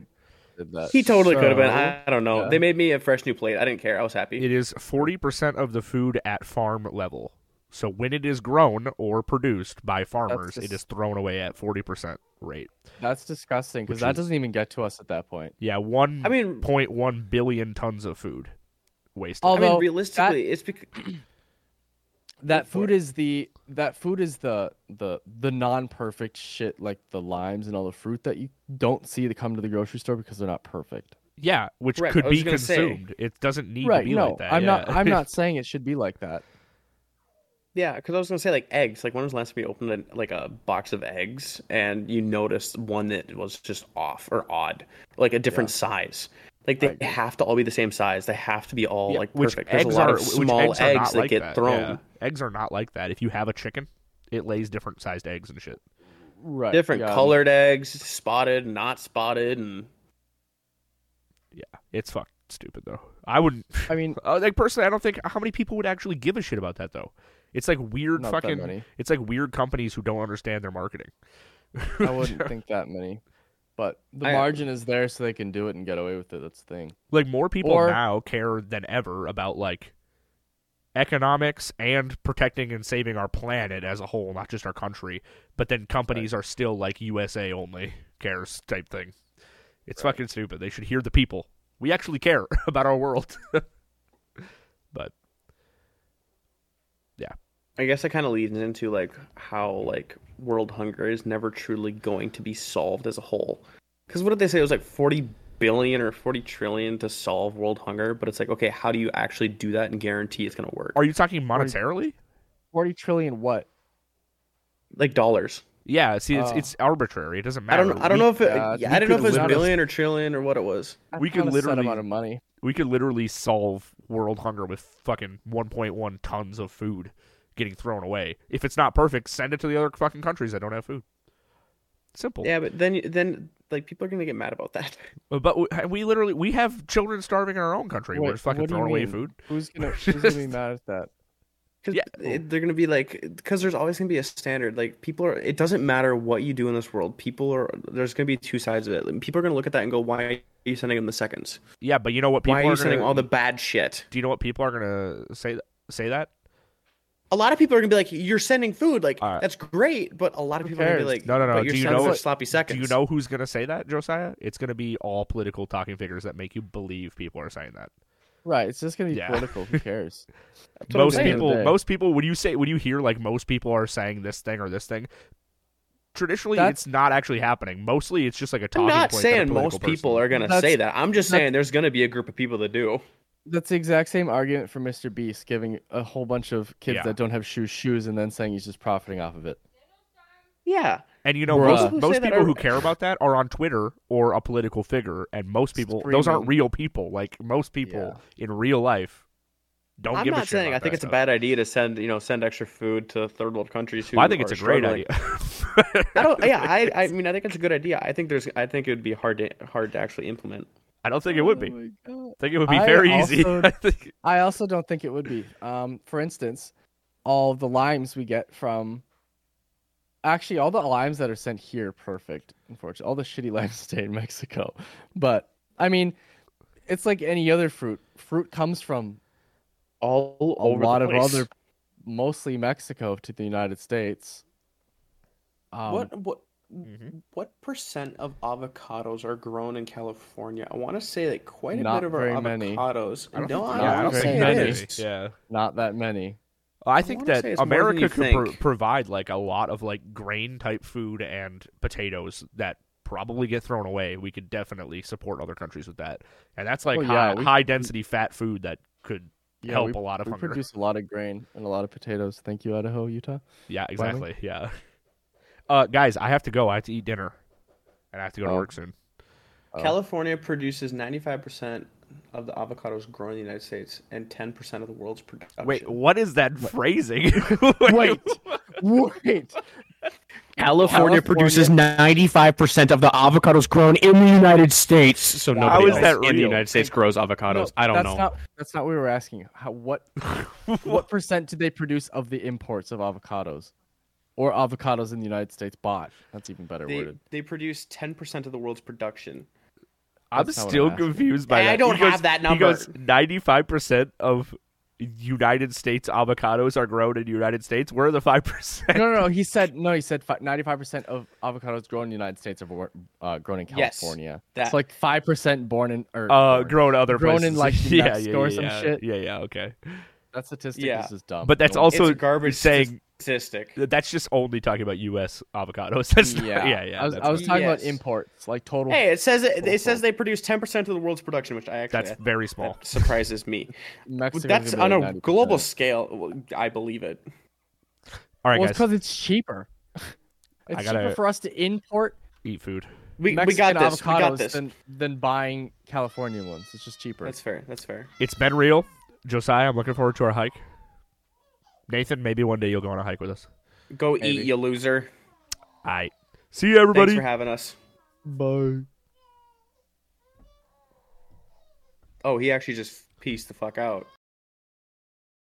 Speaker 3: the- Did that.
Speaker 2: He totally could have been.
Speaker 3: So-
Speaker 2: I, I don't know.
Speaker 3: yeah.
Speaker 2: They made me a fresh new plate. I didn't care. I was happy.
Speaker 1: It is 40% of the food at farm level. So when it is grown or produced by farmers, it
Speaker 3: just-
Speaker 1: is thrown away at 40% rate.
Speaker 3: That's disgusting because
Speaker 1: Which
Speaker 3: that
Speaker 1: is-
Speaker 3: doesn't even get to us at that point.
Speaker 1: Yeah, one
Speaker 2: I mean,
Speaker 1: point one billion tons of food wasted.
Speaker 3: All-
Speaker 2: I
Speaker 3: although
Speaker 2: mean, realistically, it's because
Speaker 3: That
Speaker 2: for
Speaker 3: food is the that food is the the the non perfect shit like the limes and all the fruit that you don't see that come to the grocery store because they're not perfect.
Speaker 1: yeah, which
Speaker 2: Correct,
Speaker 1: could
Speaker 2: I was
Speaker 1: be
Speaker 2: gonna say.
Speaker 1: consumed. It doesn't need to
Speaker 3: right?
Speaker 1: be
Speaker 3: No,
Speaker 1: like that.
Speaker 3: I'm not.
Speaker 1: yeah.
Speaker 3: I'm not saying it should be like that.
Speaker 2: yeah, because I was gonna say like eggs. Like when was the last time you opened a, like a box of eggs and you noticed one that was just off or odd, like a different size. Like
Speaker 3: I
Speaker 2: they
Speaker 3: agree.
Speaker 2: have to all be the same size. They have to be all
Speaker 1: Yeah,
Speaker 2: like
Speaker 1: which
Speaker 2: perfect. There's
Speaker 1: eggs
Speaker 2: a lot
Speaker 1: are
Speaker 2: of
Speaker 1: which
Speaker 2: small
Speaker 1: eggs,
Speaker 2: eggs,
Speaker 1: are not
Speaker 2: that
Speaker 1: like
Speaker 2: get
Speaker 1: that.
Speaker 2: thrown.
Speaker 1: yeah. Eggs are not like that. If you have a chicken, it lays different sized eggs and shit.
Speaker 3: Right.
Speaker 2: Different
Speaker 3: yeah,
Speaker 2: colored eggs, spotted, not spotted, and
Speaker 1: It's fucking stupid though. I wouldn't.
Speaker 3: I mean,
Speaker 1: Uh, like personally, I don't think how many people would actually give a shit about that though. It's like weird
Speaker 3: Not that
Speaker 1: fucking.
Speaker 3: many.
Speaker 1: It's like weird companies who don't understand their marketing.
Speaker 3: I wouldn't think that many, but the
Speaker 2: I-
Speaker 3: margin is there so they can do it and get away with it. That's the thing.
Speaker 1: Like more people
Speaker 3: Or-
Speaker 1: now care than ever about like economics and protecting and saving our planet as a whole, not just our country. But then companies are still like USA only cares type thing. It's fucking stupid. They should hear the people. We actually care about our world. but
Speaker 2: I guess that kind of leads into like how like world hunger is never truly going to be solved as a whole. Because what did they say? It was like forty billion or forty trillion to solve world hunger, but it's like okay, how do you actually do that and guarantee it's gonna work?
Speaker 1: are you talking monetarily?
Speaker 3: Forty trillion what?
Speaker 2: Like dollars.
Speaker 1: Yeah, see, it's
Speaker 3: Oh.
Speaker 1: it's arbitrary. It doesn't
Speaker 2: Uh. I
Speaker 1: matter.
Speaker 2: don't. I don't know if it.
Speaker 3: yeah,
Speaker 2: yeah,
Speaker 3: we
Speaker 2: I don't know
Speaker 1: could
Speaker 2: if it was
Speaker 1: literally-
Speaker 2: billion or trillion or what it was.
Speaker 3: That's
Speaker 1: We could
Speaker 3: not a set
Speaker 1: literally-
Speaker 3: amount of money.
Speaker 1: we could literally solve world hunger with fucking 1.1 tons of food getting thrown away. If it's not perfect, send it to the other fucking countries that don't have food. Simple. Uh,
Speaker 2: Yeah, but then then like people are gonna get mad about that.
Speaker 1: But we, we literally we have children starving in our own country. We're
Speaker 3: Wait,
Speaker 1: just fucking
Speaker 3: what do you
Speaker 1: throwing away
Speaker 3: mean?
Speaker 1: food.
Speaker 3: Who's gonna who's gonna be mad at that?
Speaker 2: Cause
Speaker 1: Yeah.
Speaker 2: it- they're gonna be like, because there's always gonna be a standard. Like people are, it doesn't matter what you do in this world. People are, there's gonna be two sides of it. And people are gonna look at that and go, why are you sending them the seconds?
Speaker 1: Yeah, but you know what people
Speaker 2: why are you sending
Speaker 1: gonna,
Speaker 2: all the bad shit?
Speaker 1: Do you know what people are going to say say that?
Speaker 2: A lot of people are gonna be like, you're sending food, like
Speaker 1: All right.
Speaker 2: that's great, but a lot of
Speaker 3: Who
Speaker 2: people are gonna be
Speaker 3: cares?
Speaker 2: like,
Speaker 1: No, no, no.
Speaker 2: But you're
Speaker 1: Do you
Speaker 2: sending
Speaker 1: know
Speaker 2: such
Speaker 1: what-
Speaker 2: sloppy
Speaker 1: Do
Speaker 2: seconds.
Speaker 1: you know who's going to say that, Josiah? It's going to be all political talking figures that make you believe people are saying that.
Speaker 3: Right. It's just gonna be
Speaker 1: Yeah.
Speaker 3: political. Who cares?
Speaker 2: That's what I'm
Speaker 1: most
Speaker 2: saying.
Speaker 1: people
Speaker 3: Today.
Speaker 1: most people when you say when you hear like most people are saying this thing or this thing traditionally
Speaker 3: That's-
Speaker 1: it's not actually happening mostly it's just like a
Speaker 2: I'm
Speaker 1: talking point
Speaker 2: not
Speaker 1: that a
Speaker 2: saying
Speaker 1: political
Speaker 2: most
Speaker 1: person-
Speaker 2: people are gonna
Speaker 3: That's-
Speaker 2: say that. I'm just
Speaker 3: that's-
Speaker 2: saying there's gonna be a group of people that do.
Speaker 3: That's the exact same argument for Mr. Beast giving a whole bunch of kids
Speaker 1: Yeah.
Speaker 3: that don't have shoes shoes and then saying he's just profiting off of it.
Speaker 2: Yeah,
Speaker 1: and you know
Speaker 3: Bruh.
Speaker 1: most,
Speaker 2: People who
Speaker 1: most
Speaker 2: say that
Speaker 1: people
Speaker 2: are-
Speaker 1: who care about that are on twitter or a political figure and most people those aren't
Speaker 3: Screaming.
Speaker 1: real people like most people in real life don't
Speaker 2: I'm
Speaker 1: give a
Speaker 2: not
Speaker 1: shit
Speaker 2: saying
Speaker 1: about
Speaker 2: I think
Speaker 1: that
Speaker 2: it's a
Speaker 1: stuff.
Speaker 2: bad idea to send you know send extra food to third world countries. Who
Speaker 1: Well, i think it's
Speaker 2: are
Speaker 1: a great
Speaker 2: struggling.
Speaker 1: idea
Speaker 2: I don't. Yeah, I. I mean, I think it's a good idea. I think there's. I think it would be hard to hard to actually implement.
Speaker 1: i don't think it would be i think it would be
Speaker 3: I
Speaker 1: very easy
Speaker 3: also-
Speaker 1: I think-
Speaker 3: I also don't think it would be. Um, for instance, all the limes we get from actually all the limes that are sent here are perfect, unfortunately. All the shitty limes stay in Mexico. But I mean, it's like any other fruit. Fruit comes from
Speaker 2: all
Speaker 3: a
Speaker 2: over
Speaker 3: lot
Speaker 2: the
Speaker 3: of
Speaker 2: place.
Speaker 3: other, mostly Mexico to the United States. Um,
Speaker 2: what what
Speaker 1: Mhm.
Speaker 2: what percent of avocados are grown in California? I want to say that quite a
Speaker 3: Not
Speaker 2: bit of our
Speaker 3: very many.
Speaker 2: avocados.
Speaker 1: I don't
Speaker 2: no,
Speaker 1: think-
Speaker 2: I
Speaker 3: no,
Speaker 1: yeah, I don't
Speaker 2: want to
Speaker 3: wanna
Speaker 1: think
Speaker 2: say
Speaker 1: that
Speaker 2: it
Speaker 1: many.
Speaker 2: is.
Speaker 1: Yeah.
Speaker 3: Not that many.
Speaker 1: I think
Speaker 2: wanna
Speaker 1: that
Speaker 2: say it's more than
Speaker 1: America
Speaker 2: you
Speaker 1: could
Speaker 2: think.
Speaker 1: pro- provide like a lot of like grain type food and potatoes that probably get thrown away. We could definitely support other countries with that, and that's like
Speaker 3: Well,
Speaker 1: high,
Speaker 3: yeah, we-
Speaker 1: high density fat food that could
Speaker 3: Yeah,
Speaker 1: help
Speaker 3: we-
Speaker 1: a lot of
Speaker 3: We
Speaker 1: hunger.
Speaker 3: produce a lot of grain and a lot of potatoes. Thank you, Idaho, Utah.
Speaker 1: yeah,
Speaker 3: Wyoming.
Speaker 1: exactly. Yeah, uh, guys, I have to go. I have to eat dinner, and I have to go to
Speaker 3: Oh.
Speaker 1: work soon.
Speaker 3: Oh.
Speaker 2: California produces 95% of the avocados grown in the United States and 10% of the world's production.
Speaker 1: Wait, what is that phrasing?
Speaker 4: Wait,
Speaker 3: Wait,
Speaker 4: California produces 95% of the avocados grown in the United States. So
Speaker 2: How
Speaker 4: nobody
Speaker 1: is
Speaker 4: else
Speaker 1: that
Speaker 4: in the
Speaker 1: real?
Speaker 4: United States grows avocados. I don't
Speaker 3: that's
Speaker 4: know.
Speaker 3: Not, that's not what we were asking. How, what what percent did they produce of the imports of avocados, or avocados in the United States bought? That's even better
Speaker 2: They,
Speaker 3: worded.
Speaker 2: they produce 10% of the world's production.
Speaker 1: I'm
Speaker 3: That's not what
Speaker 1: still
Speaker 3: I'm asking.
Speaker 1: confused by
Speaker 2: And
Speaker 1: that.
Speaker 2: I don't
Speaker 1: He goes-
Speaker 2: have that
Speaker 1: He
Speaker 2: number.
Speaker 1: goes 95% of United States avocados are grown in United States. Where are the 5%?
Speaker 3: No, no, no. He said no. He said ninety-five percent of avocados grown in the United States are wor- uh, grown in
Speaker 2: Yes,
Speaker 3: California.
Speaker 2: that-
Speaker 3: It's like five pertent born in or
Speaker 1: Uh,
Speaker 3: born.
Speaker 1: grown other
Speaker 3: Grown in,
Speaker 1: places.
Speaker 3: like,
Speaker 1: yeah, yeah,
Speaker 3: Mexico or
Speaker 1: yeah,
Speaker 3: some
Speaker 1: yeah.
Speaker 3: shit.
Speaker 1: Yeah, yeah, okay.
Speaker 3: That statistic
Speaker 2: Yeah.
Speaker 3: is just dumb.
Speaker 1: But that's
Speaker 3: Don't-
Speaker 1: also
Speaker 2: it's a garbage
Speaker 1: saying
Speaker 2: statistic.
Speaker 1: that's just only talking about U.S. avocados. That's not-
Speaker 3: yeah,
Speaker 1: yeah, yeah.
Speaker 3: I was,
Speaker 1: that's
Speaker 3: I was talking about
Speaker 2: Yes.
Speaker 3: imports, like total.
Speaker 2: Hey, it says it, it says they produce 10% of the world's production, which I actually
Speaker 1: that's very small.
Speaker 2: that surprises me.
Speaker 3: Mexico's
Speaker 2: that's
Speaker 3: gonna
Speaker 2: on
Speaker 3: be
Speaker 2: a
Speaker 3: like 90%.
Speaker 2: global scale. well, I believe it.
Speaker 1: All right,
Speaker 3: Well, it's
Speaker 1: guys,
Speaker 3: because it's cheaper. It's
Speaker 1: gotta-
Speaker 3: cheaper for us to import
Speaker 1: eat food.
Speaker 2: We, we
Speaker 3: Mexican
Speaker 2: got this. We
Speaker 3: avocados
Speaker 2: got this.
Speaker 3: Than, than buying California ones. It's just cheaper.
Speaker 2: That's fair. That's fair.
Speaker 1: It's been real, Josiah. I'm looking forward to our hike. Nathan, maybe one day you'll go on a hike with us.
Speaker 2: Go
Speaker 3: Maybe.
Speaker 2: eat, you loser.
Speaker 1: All right, see you, everybody.
Speaker 2: Thanks for having us.
Speaker 3: Bye.
Speaker 2: Oh, he actually just pieced the fuck out.